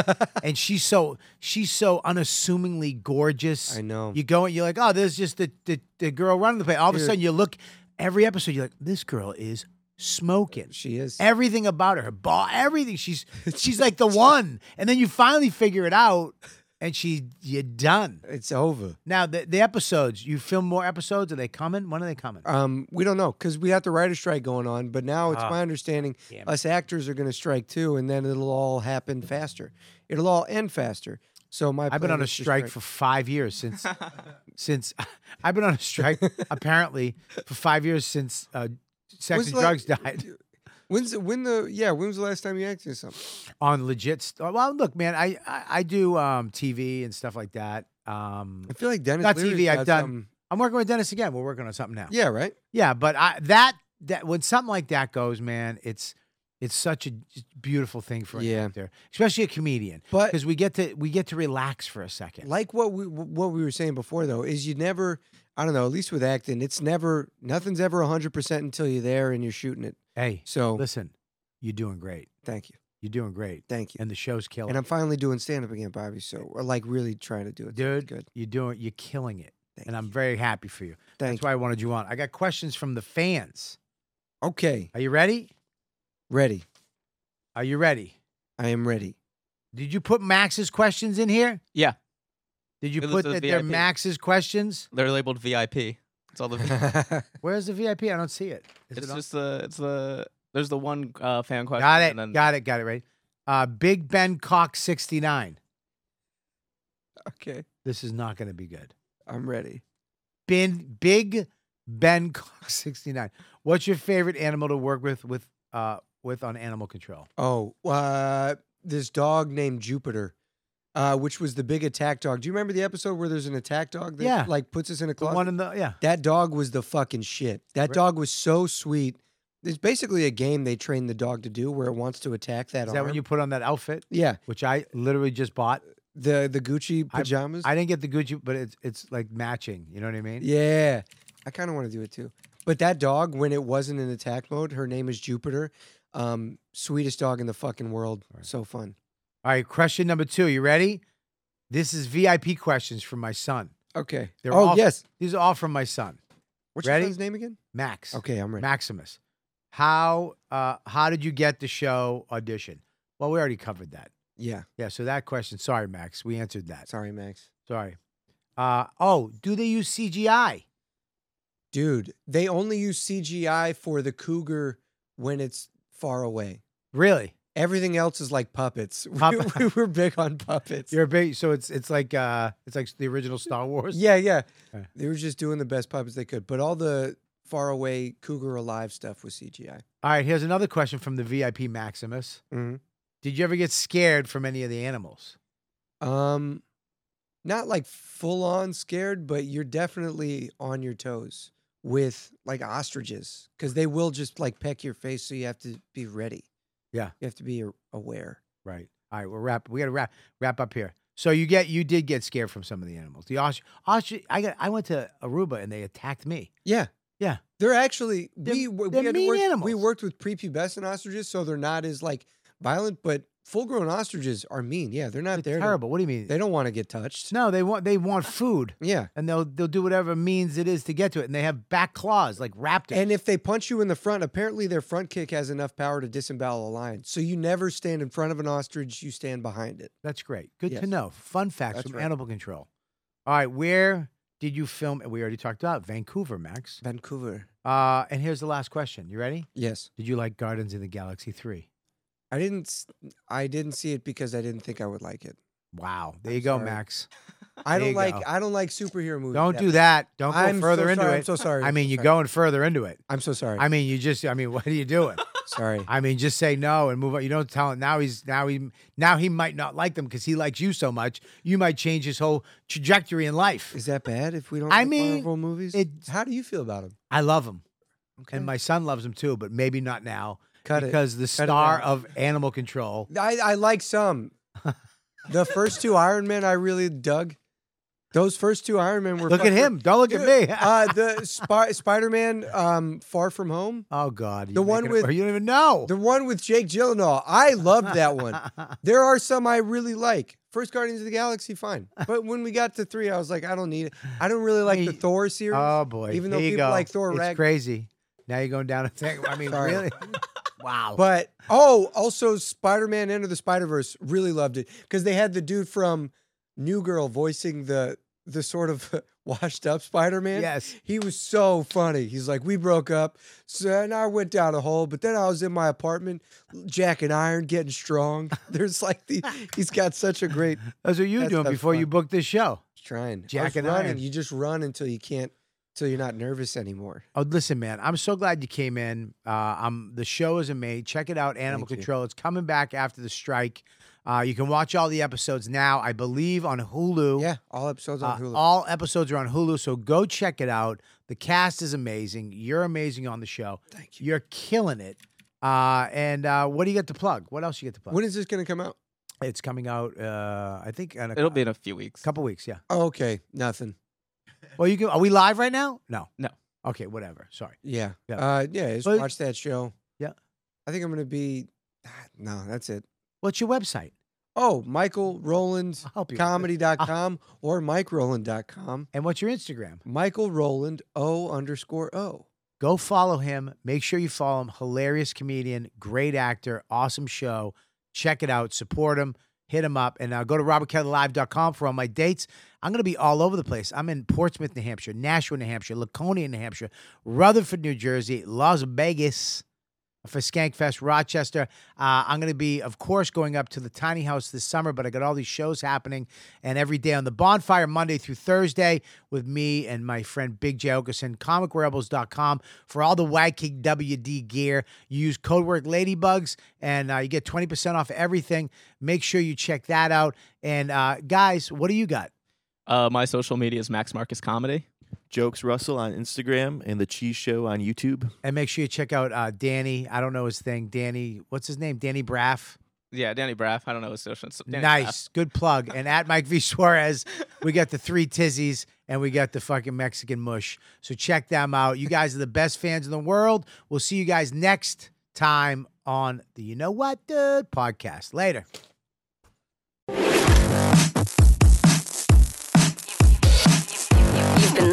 S2: And she's so she's so unassumingly gorgeous.
S5: I know.
S2: You go and you're like, oh, there's just the the, the girl running the play. All of a
S5: Dude.
S2: sudden, you look. every episode you're like, this girl is smoking.
S5: She is.
S2: Everything about her, her ball, everything. She's she's like the one. And then you finally figure it out, and she you're done.
S5: It's over.
S2: Now the the episodes, you film more episodes. Are they coming? When are they coming?
S5: Um, we don't know because we got the writer strike going on, but now it's
S2: Ah.
S5: my understanding
S2: Damn it.
S5: us actors are going to strike too, and then it'll all happen faster. It'll all end faster. So my
S2: I've been
S5: plan
S2: on a
S5: Oh, is to
S2: strike for five years since since I've been on a strike apparently for five years since uh, sex
S5: When's
S2: and
S5: the la-
S2: drugs died
S5: When's the, when the yeah? When was the last time you acted in something?
S2: on legit stuff. Well, look, man, I I, I do um, TV and stuff like that. Um,
S5: I feel like Dennis.
S2: Not
S5: Leary's
S2: TV, I've
S5: got
S2: done-
S5: something-
S2: I'm working with Dennis again. We're working on something now.
S5: Yeah, right.
S2: Yeah, but I that that when something like that goes, man, it's it's such a j- beautiful thing for an
S5: Yeah.
S2: actor, especially a comedian,
S5: But
S2: because we get to we get to relax for a second.
S5: like what we what we were saying before though is you never I don't know at least with acting it's never nothing's ever 100% until you're there and you're shooting it
S2: hey,
S5: so
S2: listen, you're doing great.
S5: thank you
S2: You're doing great,
S5: thank you
S2: and the show's
S5: and
S2: killing.
S5: I'm finally doing stand up again Bobby so we're like really trying to do it
S2: Dude,
S5: good
S2: you're doing you're killing it,
S5: thank
S2: and I'm
S5: you.
S2: very happy for you.
S5: thank
S2: That's why I wanted you on. I got questions from the fans.
S5: you. okay
S2: Are you ready?
S5: ready
S2: Are you ready?
S5: I am ready
S2: Did you put Max's questions in here?
S4: Yeah.
S2: Did you
S6: It was
S2: put
S6: the
S2: that they're
S6: VIP.
S2: Max's questions?
S6: They're labeled VIP. It's all the.
S2: Where's the VIP? I don't see it. Is
S4: It's
S2: it on?
S4: just the it's the there's the one uh, fan question.
S2: Got it.
S4: and then-
S2: got it. Got it. Right. Uh, Big Ben Cox 69.
S5: okay
S2: This is not going to be good.
S5: I'm ready
S2: Ben, Big Ben Cox 69. What's your favorite animal to work with with uh, with on animal control?
S5: oh uh this dog named Jupiter uh, which was the big attack dog? Do you remember the episode where there's an attack dog that
S2: Yeah.
S5: like puts us in a
S2: The
S5: closet?
S2: one in the yeah.
S5: That dog was the fucking shit. That
S2: Re-
S5: dog was so sweet. It's basically a game they train the dog to do where it wants to attack that
S2: Is that
S5: arm.
S2: when you put on that outfit,
S5: yeah,
S2: which I literally just bought?
S5: the the Gucci
S2: I-
S5: pajamas.
S2: I didn't get the Gucci, but it's it's like matching. You know what I mean?
S5: yeah, I kind of want to do it too. But that dog, when it wasn't in attack mode, her name is Jupiter. Um, sweetest dog in the fucking world.
S2: Right.
S5: So fun.
S2: All right. Question number two. You ready? This is VIP questions from my son.
S5: Okay.
S2: They're
S5: oh
S2: all-
S5: yes.
S2: These are all from my son,
S5: What's
S2: Ready?
S5: your son's name again?
S2: Max.
S5: Okay, I'm ready.
S2: Maximus. How uh, how did you get the show audition? Well, we already covered that.
S5: Yeah.
S2: Yeah, so that question, sorry, Max, we answered that.
S5: Sorry, Max.
S2: Sorry. Uh, oh, do they use CGI?
S5: Dude, they only use CGI for the cougar when it's far away.
S2: Really?
S5: Everything else is like puppets. We-
S2: Pupp-
S5: we, were big on puppets.
S2: You're a big, so it's it's like uh, it's like the original Star Wars.
S5: yeah, yeah.
S2: Yeah.
S5: They were just doing the best puppets they could. But all the far away cougar alive stuff was CGI.
S2: All right, here's another question from the VIP Maximus.
S5: Mm-hmm.
S2: Did you ever get scared from any of the animals?
S5: Um, not like full on scared, but you're definitely on your toes with like ostriches because they will just like peck your face. So you have to be ready.
S2: Yeah.
S5: You have to be a- aware.
S2: Right. All right, we're wrap. We got to wrap wrap up here. So you get you did get scared from some of the animals. The ostrich, ostrich. I got I went to Aruba and they attacked me.
S5: Yeah.
S2: Yeah.
S5: They're actually
S2: They're-
S5: we we
S2: they're
S5: had to
S2: mean
S5: work, we
S2: animals.
S5: worked with prepubescent ostriches, so they're not as like violent, but full grown ostriches are mean. Yeah, they're not
S2: They're
S5: there. to-
S2: terrible. What do you mean?
S5: They don't want to get touched.
S2: no, they want they want food.
S5: Yeah.
S2: and they'll they'll do whatever means it is to get to it. And they have back claws like raptors.
S5: And if they punch you in the front, apparently their front kick has enough power to disembowel a lion. So you never stand in front of an ostrich, you stand behind it.
S2: That's great. Good to
S5: Yes.
S2: know. Fun facts
S5: That's
S2: from
S5: right.
S2: Animal Control. All right, where did you film? We already talked about Vancouver, Max.
S5: Vancouver.
S2: Uh, and here's the last question. You ready?
S5: Yes.
S2: Did you like Gardens in the Galaxy Three?
S5: I didn't s- I didn't see it because I didn't think I would like it.
S2: Wow. There you
S5: I'm
S2: go,
S5: sorry.
S2: Max.
S5: I
S2: There you
S5: don't like
S2: go.
S5: I don't like superhero movies.
S2: Don't do
S5: much.
S2: that. Don't go
S5: I'm
S2: further
S5: so
S2: into
S5: sorry,
S2: it.
S5: I'm so sorry.
S2: I
S5: I'm
S2: mean,
S5: so
S2: you're
S5: sorry.
S2: going further into it.
S5: I'm so sorry.
S2: I mean, you just. I mean, what are you doing?
S5: sorry.
S2: I mean, just say no and move on. You don't tell him now. He's now he now he might not like them because he likes you so much. You might change his whole trajectory in life.
S5: Is that bad if we don't
S2: I
S5: like
S2: mean,
S5: Marvel movies?
S2: it-
S5: How do you feel about them?
S2: I love him,
S5: Okay.
S2: and my son loves him too, but maybe not now
S5: Cut it.
S2: because the
S5: Cut it
S2: star
S5: out.
S2: of Animal Control.
S5: I, I like some. the first two Iron Men I really dug. Those first two Iron Men were.
S2: Look at
S5: fucking-
S2: him! Don't look at
S5: Dude,
S2: me.
S5: uh, the Spy- Spider Man um, Far From Home.
S2: oh God!
S5: the
S2: you're
S5: one
S2: making it-
S5: with-
S2: you don't even know.
S5: The one with Jake Gyllenhaal. I loved that one. There are some I really like. First Guardians of the Galaxy, fine. But when we got to three, I was like, I don't need it. I don't really like the
S2: Hey,
S5: Thor series.
S2: oh boy!
S5: Even
S2: There
S5: though
S2: you
S5: people
S2: go.
S5: like Thor
S2: it's
S5: Rag-
S2: crazy. Now you're going down a thing. I mean,
S5: Sorry.
S2: really? Wow.
S5: But oh, also Spider Man Into the Spider Verse really loved it because they had the dude from New Girl voicing the the sort of washed up Spider Man.
S2: yes.
S5: He was so funny. He's like, we broke up, so and I went down a hole, but then I was in my apartment, Jack and Iron getting strong. There's like the he's got such a great
S2: That's what you were
S5: That
S2: doing
S5: stuff's
S2: before you
S5: fun.
S2: booked this show.
S5: trying. I
S2: Jack
S5: was
S2: and
S5: running.
S2: Iron.
S5: You just run until you can't, until you're not nervous anymore.
S2: Oh, listen, man, I'm so glad you came in. Uh, I'm the show is a mate. Check it out, Animal
S5: Thank you.
S2: Control. It's coming back after the strike. Uh, you can watch all the episodes now, I believe, on Hulu.
S5: Yeah, all episodes on
S2: Uh,
S5: Hulu.
S2: all episodes are on Hulu, so go check it out. The cast is amazing. You're amazing on the show.
S5: Thank you.
S2: You're killing it. Uh, and uh, what do you get to plug? What else you get to plug?
S5: When is this gonna come out?
S2: it's coming out. Uh, I think in a
S4: It'll be in a few weeks.
S2: couple weeks. Yeah.
S5: Oh, okay, nothing.
S2: Well, you can. Are we live right now? No.
S4: No.
S2: Okay. Whatever. Sorry.
S5: Yeah.
S2: Yeah.
S5: Uh, yeah. Just
S2: But-
S5: watch that show.
S2: Yeah.
S5: I think I'm gonna be. ah, No, that's it.
S2: What's your website?
S5: Oh, Michael Roland
S2: I'll help you. with it. Uh,
S5: comedy.com or MikeRoland.com.
S2: And what's your Instagram?
S5: Michael Roland O underscore O.
S2: Go follow him. Make sure you follow him. Hilarious comedian, great actor, awesome show. Check it out. Support him. Hit him up. And uh, go to robertkellylive.com for all my dates. I'm going to be all over the place. I'm in Portsmouth, New Hampshire, Nashua, New Hampshire, Laconia, New Hampshire, Rutherford, New Jersey, Las Vegas for Skankfest, Rochester. Uh, I'm going to be, of course, going up to the tiny house this summer, but I got all these shows happening and every day on the bonfire, Monday through Thursday, with me and my friend Big J Okerson, comicrebels.com for all the YKWD gear. You use code word Ladybugs and uh, you get 20% off everything. Make sure you check that out. And uh, guys, what do you got?
S4: Uh, my social media is Max Marcus Comedy.
S7: Jokes Russell on Instagram and The Cheese Show on YouTube.
S2: And make sure you check out uh, Danny. I don't know his thing. Danny, what's his name? Danny Braff.
S4: Yeah, Danny Braff. I don't know his social. so Danny Braff.
S2: nice. Good plug. And at Mike V. Suarez, we got the three tizzies and we got the fucking Mexican mush. So check them out. You guys are the best fans in the world. We'll see you guys next time on the You Know What Dude podcast. Later.
S8: You've been